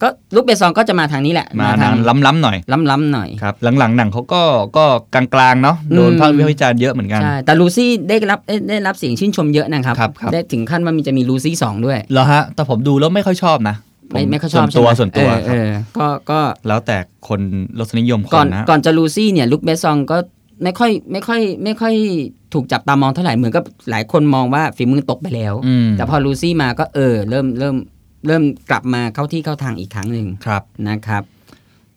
S3: ก็ลูกเบซองก็จะมาทางนี้แหละ
S2: มา
S3: ทาง
S2: ล้ำล้ำๆหน่อย
S3: ล้ำๆหน่อย
S2: ครับหลังๆหนังเขาก็ก็กลางๆเนาะโดน
S3: อืม
S2: ภาควิจารณ์เยอะเหมือนกัน
S3: ใช่ แต่ลูซี่ได้รับได้ได้รับเสียงชื่นชมเยอะนะครับ
S2: ครับครับ
S3: ได้ถึงขั้นว่ามีจะมีลูซี่สองด้วย
S2: เหรอฮะแต่ผมดูแล้วไม่ค่อยชอบนะผ
S3: ไม่ไม่ค่อยชอบ
S2: ส่วนตัว
S3: ใไหม
S2: ส่วนตัวค
S3: เออเอ
S2: รับ
S3: อก็ก็
S2: แล้วแต่คนรสนิยมค
S3: ก่อน น
S2: นะ
S3: ก่อนจะลูซี่เนี่ยลุคเบซองก็ไม่ค่อยไม่ค่อยไม่ค่อยถูกจับตามองเท่าไหร่เหมือนกับหลายคนมองว่าฝีมือตกไปแล้ว
S2: อืม
S3: แต่พอลูซี่มาก็เออเริ่มเริ่มเริ่มกลับมาเข้าที่เข้าทางอีกครั้งหนึ่ง
S2: ครับ
S3: นะครับ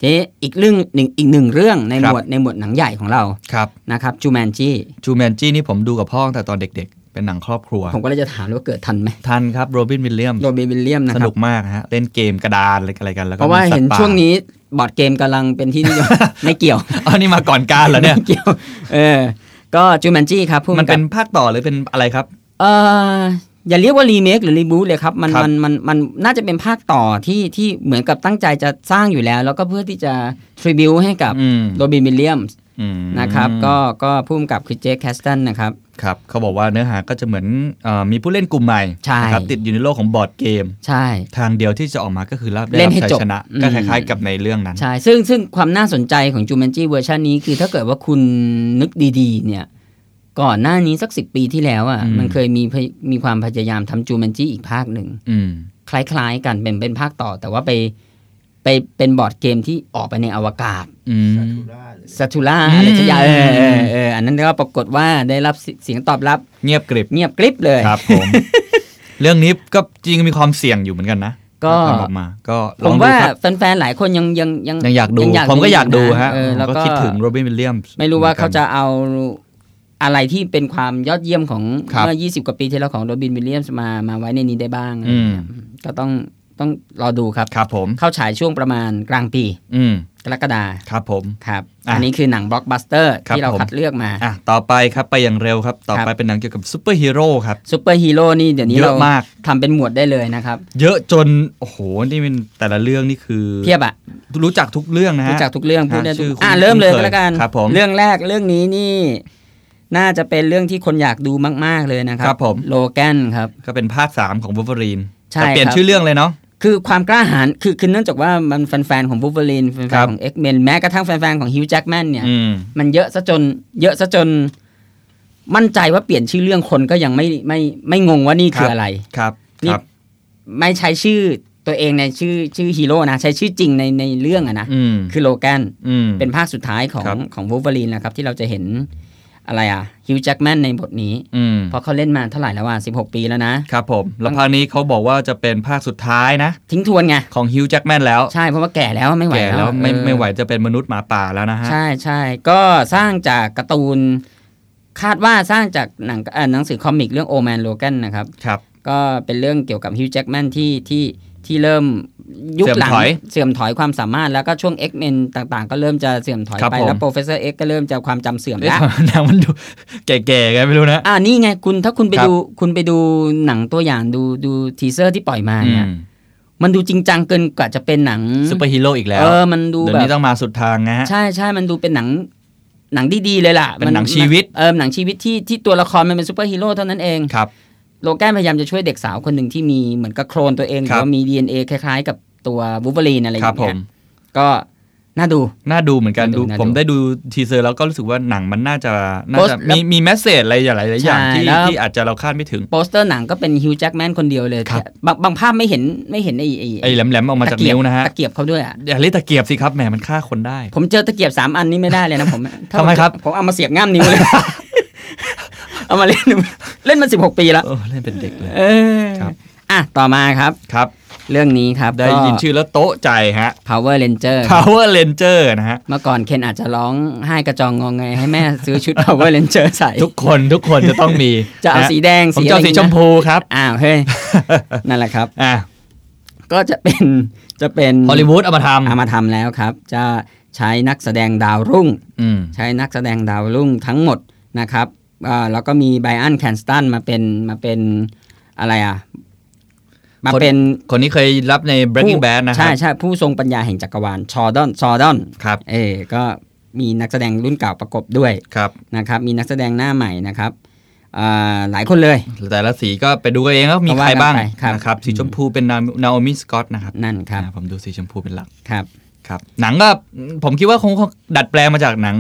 S3: ทีนี้อีกเรื่องหนึ่งอีกหนึ่งเรื่องในหมวดในหมวดหนังใหญ่ของเรา
S2: ครับ
S3: นะครับจูแมนจี
S2: จูแมนจี้นี่ผมดูกับพ่อตั้งแต่ตอนเด็ก ๆ เป็นหนังครอบครัว
S3: ผมก็เลยจะถามเลยว่าเกิดทันไหม
S2: ทันครับโรบินวิลเลียม
S3: โรเบนวิลเลียม
S2: ส
S3: นะครับ
S2: นุกมากฮะ เล่นเกมกระดานอะไรกันแล้วก็
S3: เพราะว่า
S2: มีสัต
S3: เห็น
S2: ป่า
S3: ช่วงนี้บอร์ดเกมกำลังเป็นที่นิย ม ไม่เกี่ยว
S2: อ๋อนี่มาก่อนการเหรอเนี่ย
S3: ไม่เกี่ยว เออ ก็จูแมนจี้ครับพูด
S2: มัน
S3: กั
S2: เป็
S3: บ
S2: นภาคต่อหรือเป็นอะไรครับ
S3: เอออย่าเรียกว่ารีเมคหรือรีบูทเลยครับ มัน
S2: ครับ
S3: มันมันมันน่าจะเป็นภาคต่อที่ที่เหมือนกับตั้งใจจะสร้างอยู่แล้ว แล้วก็เพื่อที่จะทริบิวให้กับ
S2: อืม
S3: โรบินวิลเลียมส์
S2: อืม
S3: นะครับ ก็ก็พูดกับคือเจคแคสตันนะครับ
S2: ครับ เขาบอกว่าเนื้อหาก็จะเหมือนเออมีผู้เล่นกลุ่มใหม่
S3: ใช่
S2: นะครับติดอยู่ในโลกของบอร์ดเกม
S3: ใช่
S2: ทางเดียวที่จะออกมาก็คือรับได้
S3: เล่
S2: รั
S3: น
S2: บ
S3: ให้
S2: ชัย
S3: จบ
S2: ชนะ
S3: อืม
S2: ก็คล้ายๆกับในเรื่องนั้น
S3: ใช่ ซึ่งซึ่งความน่าสนใจของจูแมนจี้เวอร์ชันนี้คือถ้าเกิดว่าคุณนึกดีๆ เนี่ย ก่อนหน้านี้สักสิปีที่แล้วอ่ะ
S2: อืม
S3: มันเคยมีพยมีความพยายามทำจูแมนจี้อีกภาคหนึ่ง
S2: อืม
S3: คล้าย ๆ กันเป็นเป็นภาคต่อ แต่ว่าไปไปเป็นบอร์ดเกมที่ออกไปในอวกาศ
S2: อืม
S4: ซาทูร่าหรือ
S2: อืม
S3: สตูล่าอะไรสักอย่างเออเออเอออันนั้นก็ปรากฏว่าได้รับเสเสียงตอบรับ
S2: เงียบกริบ
S3: เงียบกริบเลย
S2: ครับผม เรื่องนี้ก็จริงมีความเสี่ยงอยู่เหมือนกันนะ
S3: ก็
S2: ทำออกมา ก็ล
S3: ผ
S2: อง
S3: ม
S2: ดู
S3: ว่า
S2: ครับ
S3: แฟนๆหลายคนยังยังยัง
S2: ยังอยากดู ผมก็อยากดูฮะ
S3: เออ
S2: ผม
S3: แล้ว
S2: ก็
S3: ก็
S2: คิดถึงโรบินวิลเลียม
S3: ไม่รู้ว่าเขาจะเอาอะไรที่เป็นความยอดเยี่ยมของ
S2: ครับ
S3: เมื่อ 20 กว่าปีที่แล้วของโรบินวิลเลียมส์มามาไว้ในนี้ได้บ้าง
S2: อืม
S3: ก็ต้อง ต้องรอดูครับ
S2: ครับผม
S3: เข้าฉายช่วงประมาณกลางปี
S2: อืม
S3: กรกฎา
S2: ครับผม
S3: ครับ
S2: อ่ะ
S3: อันนี้คือหนังบล็อกบัสเตอร์
S2: ครับ
S3: ที่เรา
S2: ผม
S3: คัดเลือกมา
S2: อ่ะต่อไปครับไปอย่างเร็วครับ ต่อ
S3: ครับ
S2: ไปเป็นหนังเกี่ยวกับซูเปอร์ฮีโร่ครับ
S3: ซูเปอร์ฮีโร่นี่เดี๋ยวนี้
S2: เยอะ
S3: เรา
S2: มาก
S3: ทำเป็นหมวดได้เลยนะครับ
S2: เยอะจน โอ้โห นี่เป็นแต่ละเรื่องนี่คือ
S3: เทียบอะ
S2: รู้จักทุกเรื่องนะฮะ
S3: รู้จักทุกเรื่องพูดได้ทุ
S2: ชื่
S3: ก
S2: อคุ้น
S3: อ่ะเริ่มเลย
S2: เคย
S3: ก็แล้วกัน
S2: ครับผม
S3: เรื่องแรกเรื่องนี้นี่ น่าจะเป็นเรื่องที่คนอยากดูมาก ๆเลยนะครั
S2: ครับผม
S3: โลแกนครับ
S2: ก็เป็นภาค 3 ของ w ู l v เ r i n e
S3: ใช่
S2: แต่เปลี่ยน
S3: ครับ
S2: ชื่อเรื่องเลยเนาะ
S3: คือความกล้าหาญคือคือเนื่องจากว่ามันแฟนๆของบูเวอรีนแฟน
S2: ครับ
S3: ๆของเอ็กเมนแม้กระทั่งแฟนๆของฮิวจ j a แมนเนี่ย
S2: อืม
S3: มันเยอะซะจน เยอะซะจน มั่นใจว่าเปลี่ยนชื่อเรื่องคนก็ยังไม่ไม่ไม่งงว่านี่คื
S2: ครั
S3: อบ อะไร
S2: ครับ
S3: นี่
S2: ครับ
S3: ไม่ใช้ชื่อตัวเองในชื่อชื่อฮีโร่นะใช้ชื่อจริงในในเรื่องอะนะ
S2: อืม
S3: คือโลแกน
S2: อืม
S3: เป็นภาคสุดท้ายของ
S2: ครับ
S3: ของวูล์ฟเวอรีนนะครับ ที่เราจะเห็นอะไรอ่ะฮิวจ j a แมนในบทนี้
S2: อืม
S3: เพราะเขาเล่นมาเท่าไหร่แล้วอ่ะ16 ปีแล้วนะ
S2: ครับผม แล้วภาคนี้เขาบอกว่าจะเป็นภาคสุดท้ายนะ
S3: ทิ้งทวนไง
S2: ของฮิวจ์แจ็กแมนแล้ว
S3: ใช่เพราะว่าแก่แล้วไม่ไหว
S2: แก่แล้วไม่
S3: เออ
S2: ไม่ไหวจะเป็นมนุษย์หมาป่าแล้วนะฮะ
S3: ใช่ใช่ก็สร้างจากการ์ตูน คาดว่าสร้างจากหนังเอ่อหนังสือคอมิกเรื่องโอแมนโล a n นนะครับ
S2: ครับ
S3: ก็เป็นเรื่องเกี่ยวกับฮิวจ j a แมนที่ที่ที่เริ่มยุค
S2: เสื่อม
S3: หลัง
S2: ถอย
S3: เสื่อมถอยความสามารถแล้วก็ช่วง X-Men ต่างๆ ก็เริ่มจะเสื่อมถอย
S2: ครับ
S3: ไป
S2: ผม
S3: แล้วโปรเฟสเซอร์ X ก็เริ่มจะความจำเสื่อม
S2: เอ๊ะ
S3: แล้ว
S2: หนังมันดู แก่ๆไงไม่รู้นะ
S3: อ่านี่ไงคุณถ้าคุณไป
S2: ครับ
S3: ดูคุณไปดูหนังตัวอย่างดูดูทีเซอร์ที่ปล่อยมา
S2: อื
S3: เนี่ย
S2: ม
S3: มันดูจริงจังเกินกว่าจะเป็นหนัง
S2: ซูเปอร์ฮีโร่อีกแล้ว
S3: เออมันดู
S2: เดี๋ยว
S3: แบบ
S2: นี้ต้องมาสุดทางนะฮะ
S3: ใช่ใช่มันดูเป็นหนังหนังดี ๆ เลยล่ะ
S2: เป็น
S3: มั
S2: หนังชีวิต
S3: เออหนังชีวิตที่ที่ตัวละครมันเป็นซูเปอร์ฮีโร่เท่านั้นเอง
S2: ครับ
S3: โลแกนพยายามจะช่วยเด็กสาวคนหนึ่งที่มีเหมือนกับโคลนตัวเองห
S2: ครั
S3: รื
S2: บ
S3: อว่ามี DNA คล้าย ๆ กับตัวบูเบอรีนอะไรอ
S2: ครั
S3: ย่า
S2: บ
S3: ง
S2: ผ
S3: เงี้
S2: ม
S3: ยก็น่าดู
S2: น่าดูเหมือนกัน
S3: น่าดู
S2: ดู
S3: น่าดู
S2: ผมได้ดูทีเซอร์แล้วก็รู้สึกว่าหนังมันน่าจะน่า
S3: โพสต์
S2: จะมีมีแมสเซจอะไรหลายๆอย่าง
S3: ใช่
S2: ที่
S3: แล้ว
S2: ที่อาจจะเราคาดไม่ถึง
S3: โปสเตอร์หนังก็เป็นฮิวจ j a แมนคนเดียวเลย
S2: ครับ
S3: บางบางภาพไม่เห็นไม่เห็นไอ้ไอ้
S2: ไอ้แหลมๆออกมาจาก
S3: ตะเกียบ
S2: นิ้วนะฮะ
S3: ตะเกียบเขาด้วยอ่ะ
S2: อย่าเรียกตะเกียบสิครับแหมมันฆ่าคนได้
S3: ผมเจอตะเกียบสามอันนี้ไม่ได้เลยนะผม ถ้า
S2: ทำไม
S3: ผจะ
S2: ครับ
S3: ผมเอามาเสียบง่ามนิ้ วเลย เอามาเล่นเล่นมาสิบหกปีแล้ว
S2: เออเล่นเป็นเด็กเลย
S3: เออ
S2: ครับ
S3: อ่ะต่อมาครับ
S2: ครับ
S3: เรื่องนี้ครับ
S2: ได้
S3: ก็
S2: ยินชื่อแล้วโต๊ะใจฮะ
S3: Power Ranger
S2: Power Ranger นะฮะ
S3: เมื่อก่อนเคนอาจจะร้องไห้กระจองงองไงให้แม่ซื้อ ชุด Power Ranger ใส่
S2: ทุกคนทุกคนจะต้องมี
S3: จะเอา
S2: นฮ
S3: สีแดง
S2: ผม
S3: สี
S2: จะ
S3: อะไร
S2: เอาสีชม
S3: นะ
S2: พูครับ
S3: อ้าว เฮ้ย นั่นแหละครับ
S2: อ่ะ
S3: ก็จะเป็นจะเป็น
S2: ฮอลลีวูดเอามาท
S3: เอามาทำแล้วครับ จะใช้นักแสดงดาวรุ่ง
S2: ำอืม
S3: ใช้นักแสดงดาวรุ่งทั้งหมดนะครับอ่าแล้วก็มีไบอันแคนสตันมาเป็นมาเป็นอะไรอ่ะ มา
S2: คน
S3: เป็น
S2: คนนี้เคยรับใน Breaking
S3: ผู้
S2: Bad นะฮะ
S3: ใช่ใช่ผู้ทรงปัญญาแห่งจักรวาลชอดอนชอดอน
S2: ครับ
S3: เออก็มีนักแสดงรุ่นเก่าประกบด้วย
S2: ครับ
S3: นะครับ มีนักแสดงหน้าใหม่นะครับอ่าหลายคนเลย
S2: แต่ละสีก็ไปดูกันเองว่ามี
S3: ก็
S2: ใค
S3: ว่าร กัน
S2: บ้าง
S3: ไปครับ
S2: นะครับสีชมพูเป็นนาโอมิสกอตนะครับ
S3: นั่นครับ
S2: อ่าผมดูสีชมพูเป็นหลัก
S3: ครับ
S2: ครับ หนังก็ผมคิดว่าคงคงดัดแปลงมาจากหนัง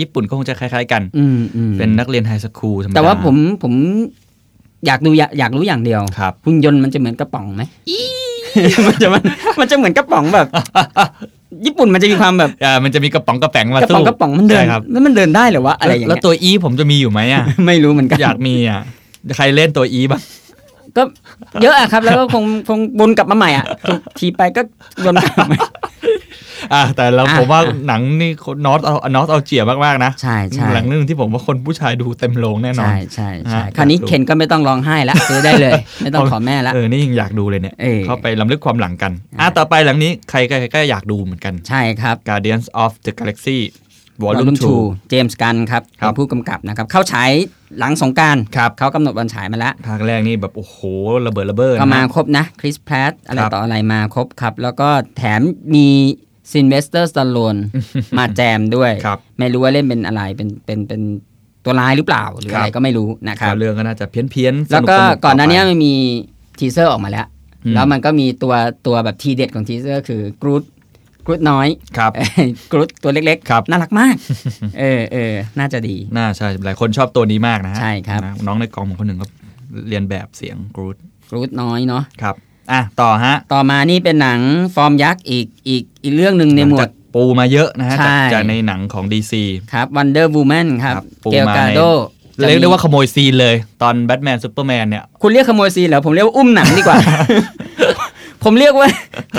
S2: ญี่ปุ่นก็คงจะคล้ายๆกัน
S3: อืมอืม
S2: เป็นนักเรียนไฮสคูลธรรมดา
S3: แต่ว่าผมผมอยากดูอยากอยากรู้อย่างเดียว
S2: ครับ
S3: หุ่นยนต์มันจะเหมือนกระป๋องไหม มันจะมันมันจะเหมือนกระป๋อง แบบ ญี่ปุ่นมันจะมีความแบบ
S2: อ่ามันจะมีกระป๋องกระแป๋งมาก
S3: ระป๋อ
S2: สู้
S3: งกระป๋องมันเดิน
S2: ใช่ครับ
S3: แล้วมันเดินได้เหรือวะอะไรอย่าง
S2: แล้ว
S3: เงี้ย
S2: ตัวอีผมจะมีอยู่ไหม อ่ะ
S3: ไม่รู้เหมือนกัน
S2: อยากมีอ่ะใครเล่นตัวอีบ้าง
S3: ก็เยอะอะครับ แล้วก็คงคงวนกลับมาใหม่อ่ะถูกทีไปก็วนกลับ มา
S2: อ่ะแต่เรา
S3: อ่ะ
S2: ผมว่า
S3: อ่ะ
S2: หนังนี่นอตเอานอตเอาเจียมากๆนะ
S3: ใช่ใช่
S2: หนังเรื่องที่ผมว่าคนผู้ชายดูเต็มโรงแน่นอน
S3: ใช่ใช่ใช่
S2: นะ
S3: คราวนี้
S2: อยากดู
S3: เคนก็ไม่ต้องร้องไห้ละซื้อได้เลย ไม่ต้อง
S2: เอา
S3: ขอแม่ละ
S2: เออนี่ยังอยากดูเลยเนี่ย
S3: เออ
S2: เข้าไปล้ำลึกความหลังกันอ่ะ
S3: อ่ะ
S2: ต่อไปหลังนี้ใครก็ก็อยากดูเหมือนกัน
S3: ใช่ครับ
S2: Guardians of the Galaxy
S3: Volume
S2: Volume
S3: 2
S2: 2
S3: เจมส์กันครับ
S2: ครับ
S3: เป็นผู้กำกับนะครับ เข้าฉายหลังสงกราร
S2: ครับ
S3: เขากำหนดวันฉายมาละ
S2: ภาคแรกนี่แบบโอ้โห ระเบิดระเบ้อนะ
S3: ก็มาครบนะ คริสแพรตอะไร
S2: ครับ
S3: ต่ออะไรมาครบครับ แล้วก็แถมมีซินเวสเตอร์สต l ล n นมาแจมด้วย
S2: ครับ
S3: ไม่รู้ว่าเล่นเป็นอะไรเป็นเป็นเป็นตัวร้ายหรือเปล่า หรือ
S2: ครับ
S3: อะไรก็ไม่รู้นะครับ
S2: เรื่องก็น่าจะเพี้ยนเพี้ยนๆ
S3: แล้ว
S2: สนุ
S3: ก็
S2: ส
S3: ก่อนหน้า
S2: ต่ไป
S3: นี้มันมีทีเซอร์ออกมาแล้ว
S2: อืม
S3: แล้วมันก็มีตัวตัวแบบทีเด็ดของทีเซอร์คือกรูดกรูดน้อย
S2: ครับ
S3: เอ่อกรุ๊ตตัวเล็ก
S2: ครับ
S3: น่ารักมาก เออเออน่าจะดี
S2: น่าใช่หลายคนชอบตัวนี้มากนะฮะ
S3: ใช่ครับ
S2: นะน้องในกองของคนหนึ่งก็เรียนแบบเสียงกรูด
S3: กรุ๊ตน้อยเนาะ
S2: ครับอ่ะต่อฮะ
S3: ต่อมานี่เป็นหนังฟอร์มยักษ์อีกอีกอีกเรื่องหนึ่งในหมว
S2: ลังจา
S3: ด
S2: กปูมาเยอะนะฮะ
S3: ใช่
S2: จากจากในหนังของ DC
S3: ครับ Wonder Woman ครับ
S2: ครับปู
S3: เกล
S2: มา
S3: กาโดจะ
S2: เรียกได้ว่าขโมยซีนเลย ตอนแบทแมนซูเปอร์แมนเนี่ย
S3: คุณเรียกขโมยซีนเหรอ ผมเรียกว่าอุ้มหนังดี กว่า ผมเรียกว่า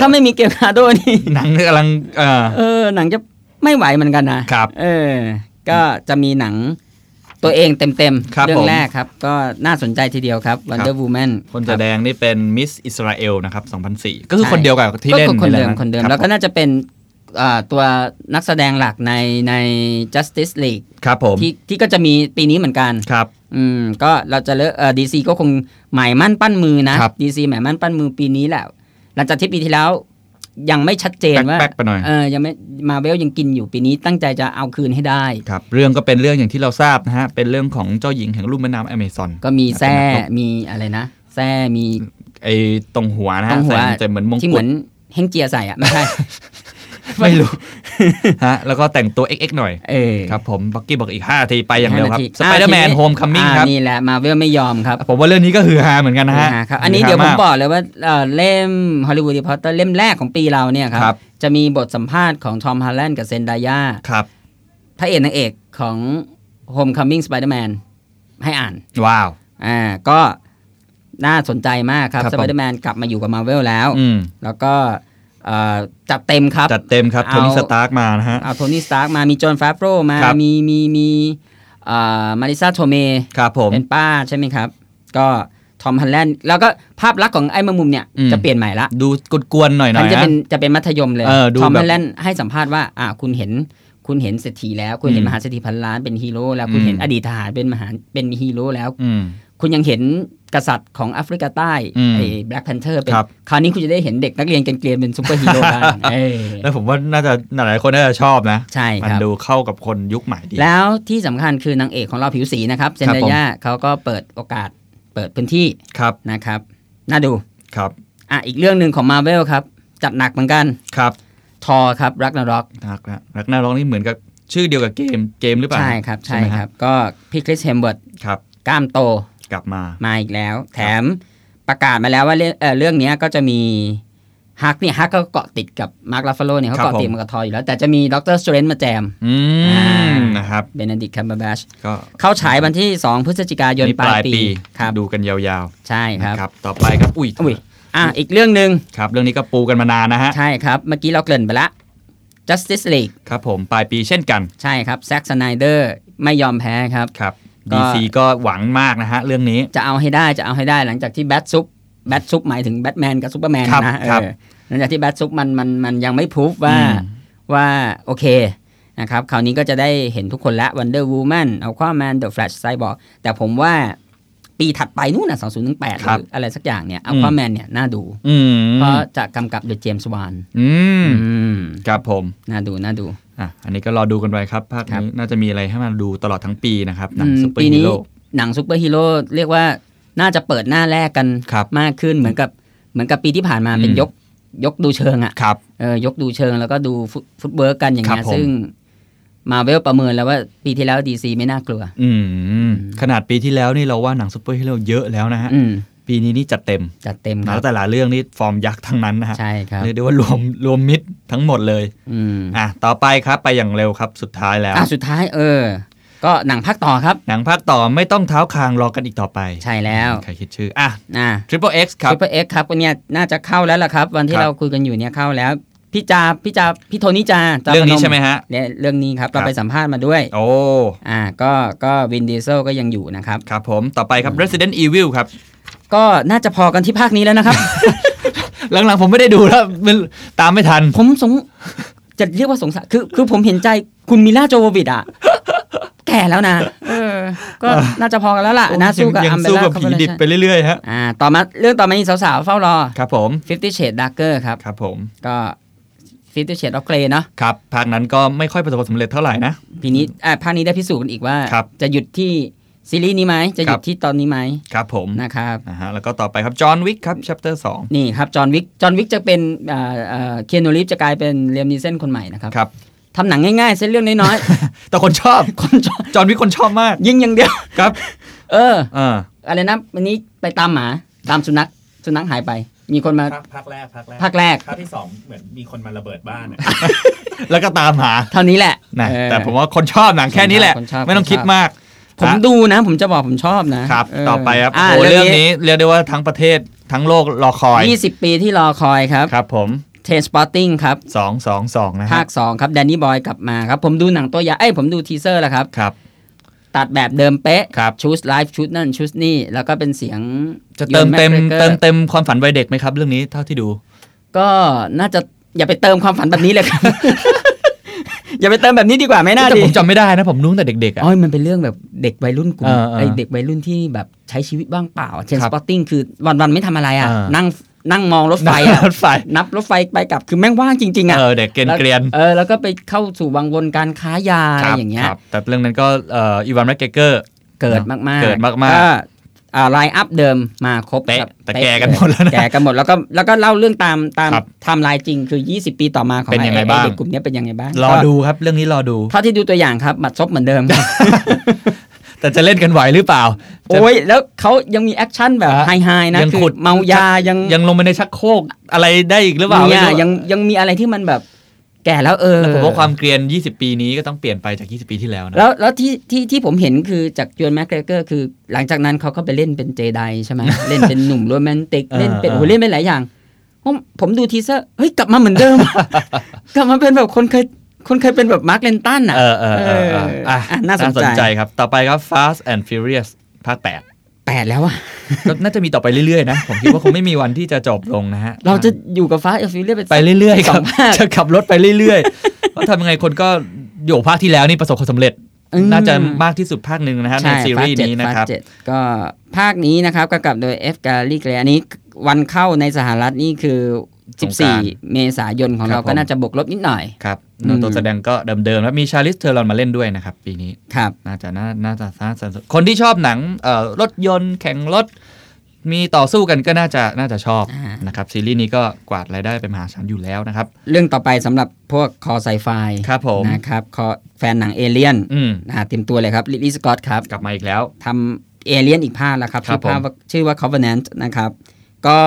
S3: ถ้าไม่มีเกลกาโดนี่
S2: หนังกำลังเออ
S3: เออ หนังจะไม่ไหวเหมือนกันนะครับ เออ ก็จะมีหนัง โต ตัวเองเต็ม
S2: ครั
S3: ๆ
S2: บ
S3: เรื่อ
S2: ผ
S3: ง
S2: ม
S3: แรกครับ ก็น่าสนใจทีเดียวครับ Wonder Woman
S2: คนแสอ
S3: รับ
S2: แดงนี่เป็นมิสอิสราเอลนะครับ 2004 ก็คือ
S3: ใช่
S2: คนเดียวกับที่
S3: ก็
S2: เล่น
S3: คนเดิม
S2: ใะ
S3: คนเดิม
S2: รับ
S3: แล้วก็น่าจะเป็นอ่าตัวนักแสดงหลักในใน Justice League
S2: ครับผม
S3: ที่ที่ก็จะมีปีนี้เหมือนกัน
S2: ครับ
S3: อืมก็เราจะเลิกเออดีซีก็คงหมายมั่นปั้นมือนะครับ ดีซีหมายมั่นปั้นมือปีนี้แหละหลังจากที่ปีที่แล้ว ยังไม่ชัดเจนว่า
S2: แป๊กๆไปหน่อย
S3: เออยังไม่มาเวลยังกินอยู่ปีนี้ตั้งใจจะเอาคืนให้ได้
S2: ครับ เรื่องก็เป็นเรื่องอย่างที่เราทราบนะฮะ เป็นเรื่องของเจ้าหญิงแห่งลุ่มแม่น้ำแอมซอน
S3: ก็มีแซ่
S2: เป็นนักรบ
S3: มีอะไรนะแซ่มี
S2: ไอ้ตรงหัวนะ
S3: ตร
S2: ฮะ
S3: งหัว
S2: ใส่แต่เหมือนมง
S3: ที่เห
S2: กุ
S3: มื
S2: ฎ
S3: อนเฮงเจียใส่อะ ไม่ใช่
S2: ไม่รู้ ฮะแล้วก็แต่งตัวเอ็กๆหน่อย
S3: เออ
S2: ครับผมบักกี้บอกอีก 5 ทีไปอย่างเร็วครับ
S3: ห้นที
S2: สไปเดอร์แมน
S3: อ่า
S2: โฮมคัมมิ่ง
S3: อ่า
S2: ครับ
S3: นี่แหละมาเวลไม่ยอมครับ
S2: ผมว่าเรื่องนี้ก็ฮือฮาเหมือนกันนะฮะ
S3: อ่าครับอันนี้เดี๋ยวผ
S2: ฮื
S3: ม
S2: ฮาา
S3: บอกเลยว่าเอ่อเล่มฮอลลีวูดรีพอร์เตอร์เล่มแรกของปีเราเนี่ยค
S2: ครั
S3: รับ บจะมีบทสัมภาษณ์ของทอมฮาร์แลนด์กับเซนดายา
S2: ครับ
S3: พระเอกนางเอกของ Homecoming Spider-Man ให้อ่าน
S2: ว้าว
S3: อ่า ก็น่าสนใจมากครับ
S2: ครับผม
S3: Spider-Man กลับมาอยู่กับ Marvel แล้ว
S2: อืม
S3: แล้วก็เอ่อจัดเต็มครับ
S2: จัดเต็มครับโท
S3: เอา
S2: นี่สตาร์กมานะฮะ
S3: เอาโทนี่สตาร์กมามีจอห์นฟาโฟรมา
S2: ครับ
S3: มีมีมีมาริซาโทเม
S2: ครับผม
S3: เป็นป้าใช่ไหมครับ ก็ทอมฮันแลนด์แล้วก็ภาพลักษณ์ของไอ้มะมุมเนี่ย
S2: อืม
S3: จะเปลี่ยนใหม่ละ
S2: ดูกวนๆหน่อยๆ
S3: อันนี้จะ
S2: นะ
S3: เป็นจะเป็นมัธยมเลย
S2: เออดู
S3: ทอม
S2: แบบ
S3: ฮันแลนด์ให้สัมภาษณ์ว่าอ่าคุณเห็นคุณเห็นเศรษฐีแล้ว คุณเห็น
S2: อืม
S3: มหาเศรษฐีพันล้านเป็นฮีโร่แล้วคุณ
S2: อืม
S3: เห็นอดีตทหารเป็นมหาเป็นฮีโร่แล้ว
S2: อืม
S3: คุณยังเห็นกษัตริย์ของแอฟริกาใต้
S2: อืม
S3: ไอ้แบล็กแพนเทอร์เป็น
S2: ครับ
S3: คราวนี้คุณจะได้เห็นเด็กนักเรียนเกรียนๆเป็นซูเปอร์ฮีโร่ ได้เออ
S2: แล้วผมว่าน่าจะหลายๆคนน่าจะชอบนะ
S3: ใช่
S2: มั
S3: ครับ
S2: ดูเข้ากับคนยุคใหม่ดี
S3: แล้วที่สำคัญคือนางเอกของเราผิวสีนะครับเซน
S2: ครับ
S3: ดา
S2: ผม
S3: ยาเขาก็เปิดโอกาสเปิดพื้นที่
S2: ครับ
S3: นะครับ น่าดู
S2: ครับ
S3: อ่ะอีกเรื่องหนึ่งของมาเวลครับ จัดหนักเหมือนกัน
S2: ครับ
S3: ทอครับรักนารอก
S2: รักนะรักน่าร้องนี่เหมือนกับชื่อเดียวกับเกมเกมหรือเปล่า
S3: ใช่ครับใช่
S2: ไหมฮะ
S3: ครับ ก็พี่คริสเฮมเบิร์ต
S2: ครับ
S3: กล้ามโต
S2: กลับมา
S3: มาอีกแล้ว แถมประกาศมาแล้วว่าเรื่องเอ่อเรื่องเนี้ยก็จะมีฮักเนี่ยฮักก็เกาะติดกับมาร์คลาฟาโลเนี่ยเขา
S2: ครับ
S3: เกาะติด
S2: ผม
S3: มากับทออยู่แล้ว แต่จะมีด็อกเตอร์สเตรนจ์มาแจม
S2: อื
S3: อ่า
S2: มนะครับ
S3: เบน d ดิกคัมเบอร์แบช
S2: ก็
S3: เข้าฉายวันที่ 2 พฤศจิกายนปลายปีครับ
S2: ดูกันยาว
S3: ใช่
S2: ๆ
S3: ครับ
S2: นะครับ ต่อไปครับอุ้ย
S3: อุ้ย อ่ะ อีกเรื่องหนึ่ง
S2: ครับ เรื่องนี้ก็ปูกันมานานนะฮะ
S3: ใช่ครับ เมื่อกี้เราเกริ่นไปละ Justice League
S2: ครับผมปลายปีเช่นกัน
S3: ใช่ครับแซ็กสไนเดอร์ไม่ยอมแพ้ครับ
S2: ครับ
S3: ก็
S2: DC ก็หวังมากนะฮะเรื่องนี้
S3: จะเอาให้ได้จะเอาให้ได้หลังจากที่แบทซุปแบทซุปหมายถึงแบทแมนกับซูเปอร์แมน
S2: ครับ
S3: นะเอ
S2: ครับ
S3: อหลังจากที่แบทซุปมันมันมันยังไม่พูฟว่า
S2: อืม
S3: ว่าโอเคนะครับ คราวนี้ก็จะได้เห็นทุกคนละวันเดอร์วูแมนเอาข้อแมนเดอะแฟลชไซบอร์แต่ผมว่าปีถัดไปนู่นน่ะ2018ห
S2: ครับ
S3: รืออะไรสักอย่างเนี่ยเอาข้อแมนเนี่ยน่าดู
S2: อืม
S3: เพราะจะกำกับโดยเจมส์วาน
S2: อืม
S3: อืม
S2: ครับผม
S3: น่าดูน่าดู
S2: อ่ะอันนี้ก็รอดูกันไปครับภาค
S3: ครับ
S2: นี้น่าจะมีอะไรให้มาดูตลอดทั้งปีนะครับหนัง
S3: อืม
S2: ซูเปอ
S3: ปี
S2: ร์ฮี
S3: นี้
S2: โร่
S3: หนังซูเปอร์ฮีโร่เรียกว่าน่าจะเปิดหน้าแรกกัน
S2: ครับ
S3: มากขึ้นเหมือนกับเหมือนกับปีที่ผ่านมาเป็น
S2: อืม
S3: ยกยกดูเชิงอะ
S2: ครับ
S3: เออยกดูเชิงแล้วก็ดูฟุตฟุตเบิร์กกันอย่าง
S2: ค
S3: เงี้
S2: รั
S3: ย
S2: บผม
S3: ซึ่งมาเวลประเมินแล้วว่าปีที่แล้วดีซีไม่น่ากลัว
S2: อืมขนาดปีที่แล้วนี่เราว่าหนังซูเปอร์ฮีโร่เยอะแล้วนะฮะ
S3: อืม
S2: ปีนี้นี่จัดเต็ม
S3: จัดเต็มค
S2: แล้
S3: รั
S2: ว
S3: บ
S2: แต่ละเรื่องนี่ฟอร์มยักษ์ทั้งนั้นนะฮะ
S3: ใช่ครับ
S2: เรียกได้ว่ารวมรวมมิดทั้งหมดเลย
S3: อืม
S2: อ่ะต่อไปครับไปอย่างเร็วครับสุดท้ายแล้ว
S3: อ่ะสุดท้ายเออ ก็หนังภาคต่อครับ
S2: หนังภาคต่อไม่ต้องเท้าคางรอกันอีกต่อไป
S3: ใช่แล้ว
S2: ใครคิดชื่อ อ่ะ
S3: อ่ะ
S2: Triple X ครับ
S3: ซูเปอร์เอ็กครับวันเนี้ยน่าจะเข้าแล้วล่ะครับ วัน
S2: ค
S3: ที่
S2: รับ
S3: เราคุยกันอยู่เนี่ยเข้าแล้วพี่จาพี่จาพี่โทนี่จาจา
S2: เรื่องนี้
S3: พ
S2: ใช่ไหมฮะ
S3: เนี่ยเรื่องนี้ครับเรา
S2: ครับ
S3: ไปสัมภาษณ์มาด้วย
S2: โอ้
S3: อ่าก็ก็วินดีเซลก็ยังอยู่นะครับ
S2: ครับผมต่อไปครับ Resident Evil ครับ
S3: ก็น่าจะพอกันที่ภาคนี้แล้วนะครับ
S2: หลังๆผมไม่ได้ดูแล้วมันตามไม่ทัน
S3: ผมสงจะเรียกว่าสงสารคือคือผมเห็นใจคุณมิล่าโจโววิดอ่ะ แก่แล้วนะ เออ ก็น่าจะพอกันแล้วล่ะนะสู้กับ
S2: ยั
S3: อั
S2: ง
S3: มเบ
S2: สู้
S3: ล่า
S2: กับผีดิบไปเรื่อยๆฮะ
S3: อ่าต่อมาเรื่องต่อมานี้สาวๆ เฝ้ารอ
S2: ครับผม
S3: Fifty Shades Darker ครับ
S2: ครับผม
S3: ก็ Fifty Shades of Grey เนาะ
S2: ครับภาคนั้นก็ไม่ค่อยประสบความสำเร็จเท่าไหร่นะ
S3: ทีนี้อ่าภาคนี้ได้พิสูจน์กันอีกว่า
S2: ครับ
S3: จะหยุดที่ซีรีส์นี้ไหมจะหยุ
S2: ค
S3: ด
S2: รับ
S3: ที่ตอนนี้ไหม
S2: ครับผม
S3: นะครับ
S2: นะฮะแล้วก็ต่อไปครับจอห์นวิกครับ chapter 2
S3: นี่ครับ จอห์นวิก จอห์นวิกจะเป็นอ่าอ่าเคียนูรีฟจะกลายเป็นเรียมนีเส้นคนใหม่นะครับ
S2: ครับ
S3: ทำหนังง่ายๆ เส้นเรื่องน้อย
S2: แต่คนชอบ
S3: ๆ คน ชอบ
S2: จอห์นวิกคนชอบมาก
S3: ยิงอย่างเดียว
S2: ครับ
S3: เออ
S2: อ่า
S3: อะไรนะ วันนี้ไปตามหมา ตามสุนัข สุนัขหายไป มีคนมา
S4: ภาคภาคแรกภาคแรก
S3: ภาคแรก
S4: ภาคที่สองเหมือนมีคนมาระเบิดบ้านอะ
S2: แล้วก็ตามหา
S3: เท่านี้แหละ
S2: นะ
S3: เออ
S2: แต่ผมว่าคนชอบหนังแค่นี้แหละ
S3: คนชอบ
S2: ไม่ต้อง
S3: คนชอบ
S2: คิดมาก
S3: ผมดูนะ ผมจะบอกผมชอบนะครับ เ
S2: ต่อไปครับ
S3: า
S2: โอ้โหเรื่องนี้เรียกได้ว่าทั้งประเทศทั้งโลกรอคอย
S3: 20 ปีที่รอคอยครับ
S2: ครับผม
S3: เทนสปอตติ้งครับ
S2: 2 2 2 นะ
S3: ภา
S2: ฮะ
S3: ค 2 ครับแดนนี่บอยกลับมาครับ ผมดูหนังตัวอย่างเอ้ยผมดูทีเซอร์แล้วครับ
S2: ครับ
S3: ตัดแบบเดิมเป๊ะ
S2: ครับ
S3: ชุดไลฟ์ชุดนั่นชุดนี่แล้วก็เป็นเสียง
S2: จะ
S3: Ewan
S2: เติมเต็ม
S3: McGregor
S2: เติมเต็มความฝันวัยเด็กไหมครับ เรื่องนี้เท่าที่ดู
S3: ก็น่าจะอย่าไปเติมความฝันแบบนี้เลยครับ อย่าไปเติมแบบนี้ดีกว่าไม่น่า
S2: แต่
S3: ดี
S2: ผมจำไม่ได้นะ ผมนุ้งแต่เด็กๆอ่ะ
S3: อ๋อมันเป็นเรื่องแบบเด็กวัยรุ่นกลุ่ม
S2: เออเออ
S3: ไอเด็กวัยรุ่นที่แบบใช้ชีวิตบ้างเปล่าเชน
S2: ครั
S3: ส
S2: บ
S3: ปอตติ้งคือวันวันๆไม่ทำอะไรอ่ะ
S2: เออ
S3: นั่งนั่งมองรถไฟอ่ะ
S2: รถไฟ
S3: นับรถไฟไปกลับคือแม่งว่างจริงๆอ่ะ
S2: เออเด็กเกรียน
S3: เออแล้วก็ไปเข้าสู่วังวนการค้ายา
S2: ๆ
S3: อะ
S2: ค
S3: ไร
S2: รับ
S3: อย่างเงี้ย
S2: ครับแต่เรื่องนั้นก็เอ่ออีวานแมกเกอร์
S3: เกิดมากๆ
S2: เกิดมากๆ
S3: ก็ไลน์อัพเดิมมาครบ
S2: เป๊ะ
S3: ครับ
S2: แต่แก่กันหมดแล้วนะ
S3: แก่กันหมดแล้วก็แล้วก็เล่าเรื่องตามตาม
S2: ครับ
S3: ไทม์ไลน์จริงคือ 20 ปีต่อมาของ
S2: เป็นยังไง
S3: อ้อ้
S2: บ้าง
S3: เด็กกลุ่มเนี้ยเป็นยังไงบ้าง
S2: รอ
S3: ก็
S2: ดูครับ เรื่องนี้รอดู
S3: เท่าที่ดูตัวอย่างครับหมัดซบเหมือนเดิมครับ
S2: แต่จะเล่นกันไหวหรือเปล่าจะ
S3: โอ้ยแล้วเขายังมีแอคชั่นแบบ
S2: อ่ะ
S3: ไฮๆนะ
S2: ยัง
S3: คื
S2: ขุ
S3: อ
S2: ด
S3: เมายายัง
S2: ยังลงไปในชักโครกอะไรได้อีกหรือเปล่า
S3: เนี่
S2: ไม่
S3: ย
S2: รู้
S3: ยังยังมีอะไรที่มันแบบแก่แล้วเออ
S2: แล้วผมว่าความเกรียน 20 ปีนี้ก็ต้องเปลี่ยนไปจาก 20 ปีที่แล้วนะ
S3: แล้วแล้วที่ที่ที่ผมเห็นคือจากจวนแม c เกรเกอร์คือหลังจากนั้นเขาก็ไปเล่นเป็นเจได ใช่ไหม เล่นเป็นหนุ่มโรแมนติก
S2: เออ
S3: เล่นเป็น
S2: เออ
S3: โหเล่นเป็นหลายอย่าง ผมผมดูทีเซอร์เฮ้ย กลับมาเหมือนเดิ ม กลับมาเป็นแบบคนเคยคนเคยเป็นแบบมาร์คเลนตันอ่ะ
S2: เออเออเออเอออ่ะ
S3: เอออ่ะน่าสนใจ
S2: ครับ ต่อไปครับ Fast and Furious ภาค 8
S3: แปดแล้วอ่ะ
S2: ก็น่าจะมีต่อไปเรื่อยๆนะ ผมคิดว่าคงไม่มีวันที่จะจบลงนะฮะ
S3: เราจะอยู่กับฟ้าเอฟิเลียไป
S2: ไปเรื่อยๆค
S3: ส
S2: รั
S3: อบ งภาค
S2: จะขับรถไปเรื่อยๆ ว่าทำยังไงคนก็โยกภาคที่แล้วนี่ประสบความสำเร็จ
S3: อืม
S2: น่าจะมากที่สุดภาคหนึ่งนะฮะใน
S3: ใช่
S2: ซี
S3: ฟา
S2: รีส์
S3: เจ็ด
S2: นี้นะ
S3: ฟา
S2: ครับ
S3: เจ็ดก็ภาคนี้นะครับกำกับโดย F. Gary Gray อันนี้วันเข้าในสหรัฐนี่คือ
S2: สงกรานต์
S3: 14 เมษายนของ
S2: ครับ
S3: เรา
S2: ผ
S3: ก็
S2: ม
S3: น่าจะบวกลบนิดหน่อย
S2: ครับ
S3: อืม
S2: ตัวแสดงก็เดิมๆแล้วมีชาลิสเทอรอนมาเล่นด้วยนะครับ ปีนี้
S3: ครับ
S2: น่าจะน่าน่าจะน่าสนุกคนที่ชอบหนังเอ่อรถยนต์แข่งรถ มีต่อสู้กันก็น่าจะน่าจะชอบ
S3: อ่าน
S2: นะครับซีรีส์นี้ก็กวาดรายได้ไปมหาศาลอยู่แล้วนะครับ
S3: เรื่องต่อไปสำหรับพวกคอไซไฟ
S2: ครับผม
S3: นะครับ คอแฟนหนังเอเลียน
S2: อืม
S3: นะเตรียมตัวเลยครับลิลลี่สกอตครับ
S2: กลับมาอีกแล้ว
S3: ทำเอเลียนอีกภาคแล้วครับ
S2: ครั
S3: ชื่
S2: บ
S3: อภาค
S2: ผม
S3: ว่าชื่อว่า Covenant นะครับ ก็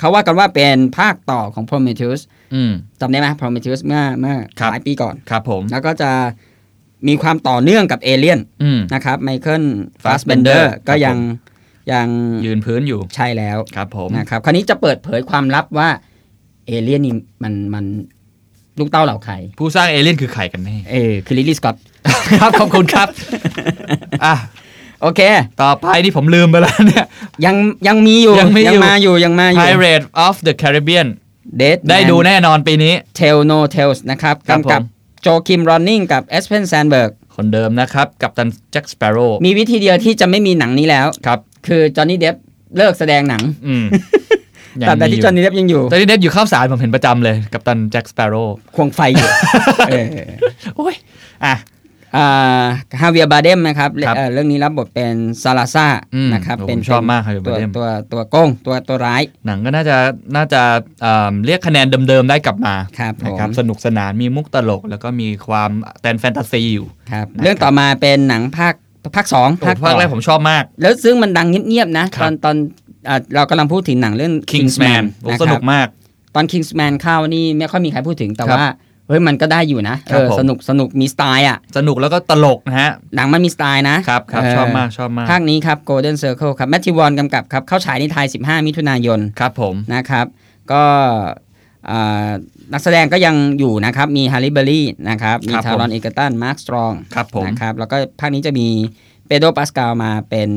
S3: เขาว่ากันว่าเป็นภาคต่อของ Prometheus
S2: อืม
S3: จำได้ไหม Prometheus เมื่อเมื่อ
S2: ครับ
S3: หลายปีก่อน
S2: ครับผม
S3: แล้วก็จะมีความต่อเนื่องกับเอเลียน
S2: อืม
S3: นะครับไมเคิลฟาสเบนเดอ
S2: Fassbender
S3: ร์ก็
S2: ครับ
S3: ยัง
S2: ผม
S3: ยัง
S2: ยืนพื้นอยู่
S3: ใช่แล้ว
S2: ครับผม
S3: นะครับ คราวนี้จะเปิดเผยความลับว่าเอเลียนนี่มันมันลูกเต้าเหล่าใคร
S2: ผู้สร้างเอเลี่ยนคือใครกันแน่
S3: เออคือลิลลี่สกอต
S2: ครับขอบคุณครับอ่ะ
S3: โอเค
S2: ต่อไปนี่ผมลืมไปแล้วเนี่ย
S3: ยังยังมีอยู่
S2: ยังมีอยู่
S3: มาอยู่ยังมาอยู่
S2: Pirate of the Caribbean
S3: Dead
S2: ได้ดูแน่นอนปีนี้
S3: เทลโนเทลส์นะครับ
S2: ครับ
S3: กำกับ
S2: ผม
S3: โจคิมรอนนิงกับเอสเพนแซนเบิร์ก
S2: คนเดิมนะครับกับตันแจ็คสเปโร่
S3: มีวิธีเดียวที่จะไม่มีหนังนี้แล้ว
S2: ครับ
S3: คือจอห์นนี่เดฟเลิกแสดงหนัง
S2: อืมยัง
S3: แต่แต่ที่
S2: มียู่
S3: จอห์นนี่เดฟยังอยู่
S2: ตอนนี้เด็ดอยู่ข้าวสารผมเห็นประจำเลยกับตันแจ็คสเปโร่
S3: ควงไฟ อยู่เออ
S2: โอ้ยอ่ะ
S3: ฮาเวียบาเดมนะครับ
S2: ครับ
S3: เอ่อเรื่องนี้รับบทเป็นซาลาซ่า
S2: อืม
S3: นะครับ
S2: โอ้
S3: เป็น
S2: ผมชอบมาก Javier
S3: ตัว
S2: Bardem
S3: ตัวตัวโก้งตัวตัวร้าย
S2: หนังก็น่าจะน่าจะเอ่อเรียกคะแนนเดิมๆได้กลับมา
S3: ครับผม
S2: นะครับ สนุกสนานมีมุกตลก แล้วก็มีความแตนแฟนตาซีอยู่
S3: ครับเรื่องต่อมาเป็นหนังภาคภาคสอง
S2: โอ้ภาค
S3: ต่อ
S2: แรกผมชอบมาก
S3: แล้วซึ่งมันดังเงียบๆนะ
S2: ค
S3: ต
S2: รั
S3: อบ นตอนอ่ะเรากำลังพูดถึงหนังเรื่อง
S2: Kingsman โอ้
S3: นะ
S2: ส
S3: ค
S2: นุ
S3: รับ
S2: กมาก
S3: ตอน Kingsman เข้านี่ไม่ค่อยมีใครพูดถึงแต่
S2: ครับ
S3: ว่า เฮ้ยมันก็ได้อยู่นะ
S2: ค
S3: เอ
S2: รับ
S3: อ
S2: ผม
S3: สนุกสนุกมีสไตล์อ่ะ
S2: สนุกแล้วก็ตลกนะฮะ
S3: หนังมันมีสไตล์นะครับ
S2: ครับ
S3: เ
S2: ชอบมากชอบมาก
S3: ภาคนี้ครับ Golden Circle ครับ แมทธิวอนกำกับครับ เข้าฉายในไทย 15 มิถุนายน
S2: ครับผม
S3: นะครับ ก็อ่านักแสดงก็ยังอยู่นะครับ มีฮาริเบอรี่นะครับ มี
S2: ครับผม
S3: ทารอนเอกตันมาร์คสตรอง
S2: ครับผม
S3: นะครับแล้วก็ภาคนี้จะมีเปโดรปาสกาลมาเป็น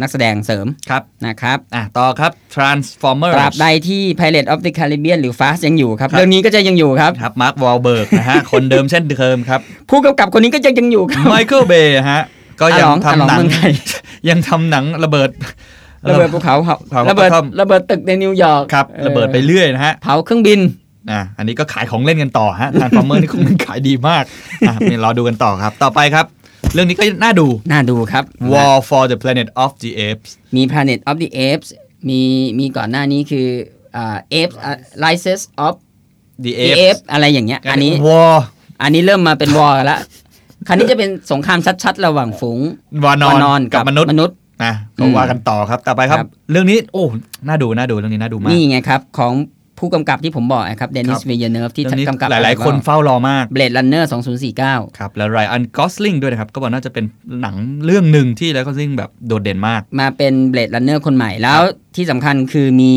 S3: นักแสดงเสริม
S2: ครับ
S3: นะครับ
S2: อ่ะต่อครับ Transformers
S3: ตราบใดที่ Pilot of the Caribbean หรือ Fast ยังอยู่ครับ
S2: ครับ
S3: เรื่องนี้ก็จะยังอยู่ครับ
S2: ครับมาร์ควอลเบิร์กนะ ฮะ คนเดิมเช่นเดิมครับ
S3: ผู้กำกับคนนี้ก็ยังยังอยู่ครับ
S2: ไมเคิลเบย์ฮะก็ยั
S3: อ่ะหล
S2: ง
S3: องอ่ะหลอ
S2: ทำ
S3: ง
S2: หนัง
S3: เมืองไทย
S2: ยังทำหนังระเบิด
S3: ระเบิดภูเขาเผา
S2: เผากระ
S3: ระเบิด
S2: ท่อม
S3: ระเบิดตึกในนิวยอร์ก
S2: ครับ
S3: ออ
S2: ระเบิดไปเรื่อยนะฮะ
S3: เผาเครื่องบิน
S2: อ่ะอันนี้ก็ขายของเล่นกันต่อฮะทานฟอร์เมอร์นี่คงขายดีมากอ่ะเดี๋ยวรอดูกันต่อครับ ต่อไปครับ เรื่องนี้ก็น่าดู
S3: น่าดูครับ
S2: War for the Planet of the Apes
S3: มี Planet of the Apes มีมีก่อนหน้านี้คืออ่า Apes อ่ะ Rises of
S2: the
S3: the
S2: Apes
S3: Apes อะไรอย่างเงี้ย อันนี้
S2: War
S3: อันนี้เริ่มมาเป็นวอร์ละคราวนี้จะเป็นสงครามชัดๆ ระหว่างฝูง
S2: วานอน
S3: วานอน
S2: กับมนุษย์
S3: มนุษย์
S2: นะก็ว่ากันต่อครับ ต่อไปครับ
S3: ครับ
S2: เรื่องนี้โอ้น่าดูน่าดูเรื่องนี้น่าดูมาก
S3: นี่ไงครับ ของผู้กำกับที่ผมบอกนะครับเดนิ
S2: ครั
S3: ส
S2: บ
S3: เวียเนฟที่
S2: เรื่องนี้
S3: กำกับ
S2: หลาย ๆ คนเฝ้ารอมาก
S3: Blade Runner 2049
S2: ครับแล้วไรอันกอสลิงด้วยนะครับ ก็บอกน่าจะเป็นหนังเรื่องหนึ่งที่ไรกอสลิงแบบโดดเด่นมาก
S3: มาเป็นเบลด e ันเนอร์คนใหม่แล้วที่สำคัญคือมี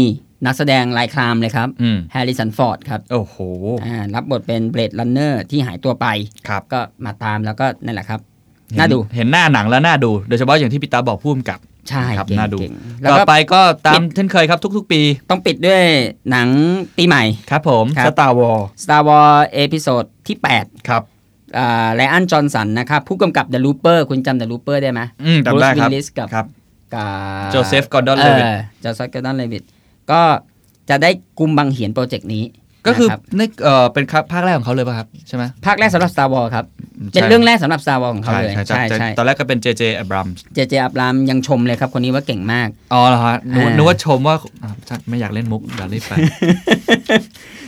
S3: นักแสดงลายคลามเลยครับ
S2: อืม
S3: แฮร์ริสันฟอร์ดครับ
S2: โอ้โห
S3: อ่ารับบทเป็นเบลด e ันเนอร์ที่หายตัวไป
S2: ครับ
S3: ก็มาตามแล้วก็นั่นแหละครับ
S2: เห็
S3: น่าดู
S2: เห็นหน้าหนังแล้วน่าดู โดยเฉพาะอย่างที่พี่ตาบอกพุ่มกับ
S3: ใช่
S2: ครับ
S3: เก่ง
S2: น่าดู
S3: เก่งแล้ว
S2: ต่อ
S3: ก็
S2: ไปก็ตามเช่นเคยครับทุก ๆ ปี
S3: ต้องปิดด้วยหนังปีใหม่
S2: ครับผม
S3: ครับ
S2: สตาร์วอล
S3: Star Wars เอพิโซดที่
S2: ครับ
S3: 8ไลออนจอห์นสันนะครับ ผู้กำกับ The Looper คุณจำ The Looper ได้ไหม
S2: อืมจำได้ครับ
S3: Bruce Willis กับ
S2: ครับ
S3: กับ
S2: Joseph Gordon-Levitt
S3: จอซกอร์ดอนเลวิทก็จะได้กุมบังเหียนโปรเจกต์นี้
S2: ก็คือ
S3: นะครับ
S2: นี่เอ่อเป็นครับภาคแรกของเขาเลยป่ะครับ ใช่ไหม
S3: ภาคแรกสำหรับ Star Wars ครับ เป็นเรื่องแรกสำหรับ Star Wars ของเขา
S2: ใช่
S3: เลย
S2: ใช่ใช่ใช่ตอนแรกก็เป็น JJ Abrams
S3: เจเจอับรามยังชมเลยครับ คนนี้ว่าเก่งมาก
S2: อ๋อเหรอฮะนึก
S3: อ่านึ
S2: นึกว่าชมว่าอ่ะไม่อยากเล่นมุก อย่าเล่นไป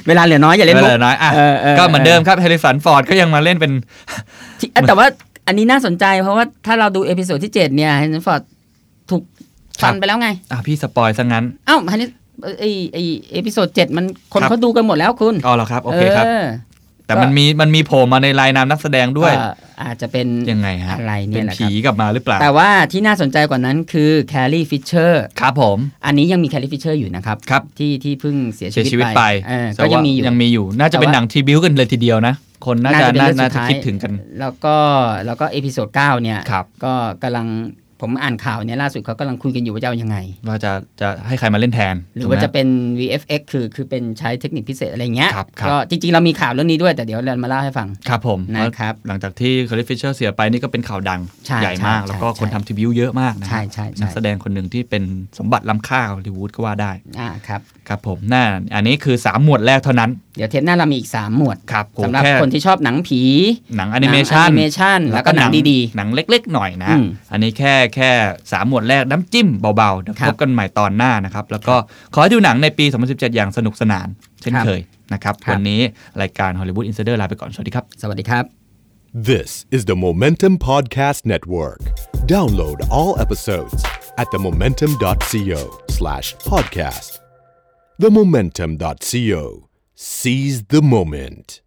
S3: เวลาเหลือน้อยอย่าเล่นมุก
S2: วาน้อยอ่ะ
S3: เออเออ
S2: ก็เหมือนเดิมครับเฮลิสันฟอร์ดก็ยังมาเล่นเป็น
S3: ที่เอ้ยแต่ว่าอันนี้น่าสนใจเพราะว่าถ้าเราดูเอพิโซดที่ 7 เนี่ยแฮนฟอร์ดถูก
S2: ครั
S3: ฟัน
S2: บ
S3: ไปแล้วไง
S2: อ่ะพี่สปอยซะงั้น
S3: เอ้าฮันนี่ไอไอเอพิโซดเจ็ดมันคน
S2: ครับ
S3: เขาดูกันหมดแล้วคุณ
S2: อ๋อเหรอครับ โอเคครับ
S3: อ
S2: แต่
S3: ก็
S2: มันมีมันมีโผล่มาในรายนามนักแสดงด้วย
S3: ก็อาจจะเป็น
S2: ยังไงฮะ
S3: อะไรเนี่ย
S2: เป็น
S3: แหละครับ
S2: ผีกลับมาหรือเปล่า
S3: แต่ว่าที่น่าสนใจกว่านั้นคือแคลรี่ฟิชเชอร์
S2: ครับผม
S3: อันนี้ยังมีแคลรี่ฟิชเชอร์อยู่นะครับ
S2: ครับ
S3: ที่ที่เพิ่งเสีย
S2: เสีย
S3: ชี
S2: ชีวิตไป
S3: เออ
S2: แต่
S3: ก็
S2: ว่า
S3: ยังมีอยู่
S2: ยังมีอยู่ น่าจะ
S3: แต่ว่า
S2: เป็นหนังทีบิวกันเลยทีเดียวนะ คนน่าจะ
S3: เป็น
S2: น่า
S3: เรื่อง
S2: น่า
S3: สุด
S2: จะ
S3: ท้ย
S2: คิดถึงกัน
S3: แล้วก็แล้วก็เอพิโซด9เนี่ย
S2: ครับ
S3: ก็กำลังผมอ่านข่าวเนี่ยล่าสุดเขากำลังคุยกันอยู่ว่าจะเอายังไง
S2: ว่าจะจะให้ใครมาเล่นแทน
S3: หรือว่า
S2: ถูกไม
S3: จะเป็น VFX คือคือเป็นใช้เทคนิคพิเศษอะไรเงี้ย
S2: ครับครับ
S3: ก็จริงๆเรามีข่าวเรื่องนี้ด้วยแต่เดี๋ยวเรามาเล่าให้ฟัง
S2: ครับผม
S3: นะครับ
S2: หลังจากที่คาริฟิเชอร์เสียไปนี่ก็เป็นข่าวดัง
S3: ใช่
S2: ญ่มาก
S3: ใช่
S2: แล้วก็
S3: ใช่
S2: คนทำทีบิวเยอะมากนะ
S3: ใช่ใช่ใช่
S2: นักแสดงคนหนึ่งที่เป็นสมบัติล้ำค่าของฮอลลีวูดก็ว่าได้
S3: อ่าครับ
S2: ครับผมน่าอันนี้คือ 3 หมวดแรกเท่านั้น
S3: เดี๋ยวเทปหน้าเรามีอีก 3 หมวด
S2: ครับผม
S3: สำหรับ
S2: แ
S3: คนที่ชอบหนังผี
S2: หนังแอนิเมชัน
S3: แอนิเมชันแล้วก็หนังดี
S2: หนังเล็ก ๆ หน่อยนะ
S3: อืม
S2: อันนี้แค่แค่สามหมวดแรกน้ำจิ้มเบาๆเดี๋ยว
S3: ครั
S2: พ
S3: บบ
S2: กันใหม่ตอนหน้านะครับ แล้วก็ขอให้ดูหนังในปี 2017 อย่างสนุกสนาน เช่น
S3: ครับ
S2: เคยนะครับ
S3: ครับ
S2: วันนี้รายการ Hollywood Insider ลาไปก่อน สวัสดีครับ
S3: ๆ สวัสดีครับ
S1: This is the Momentum Podcast Network. Download all episodes at themomentum.co slash podcast. Themomentum.co. Seize the moment.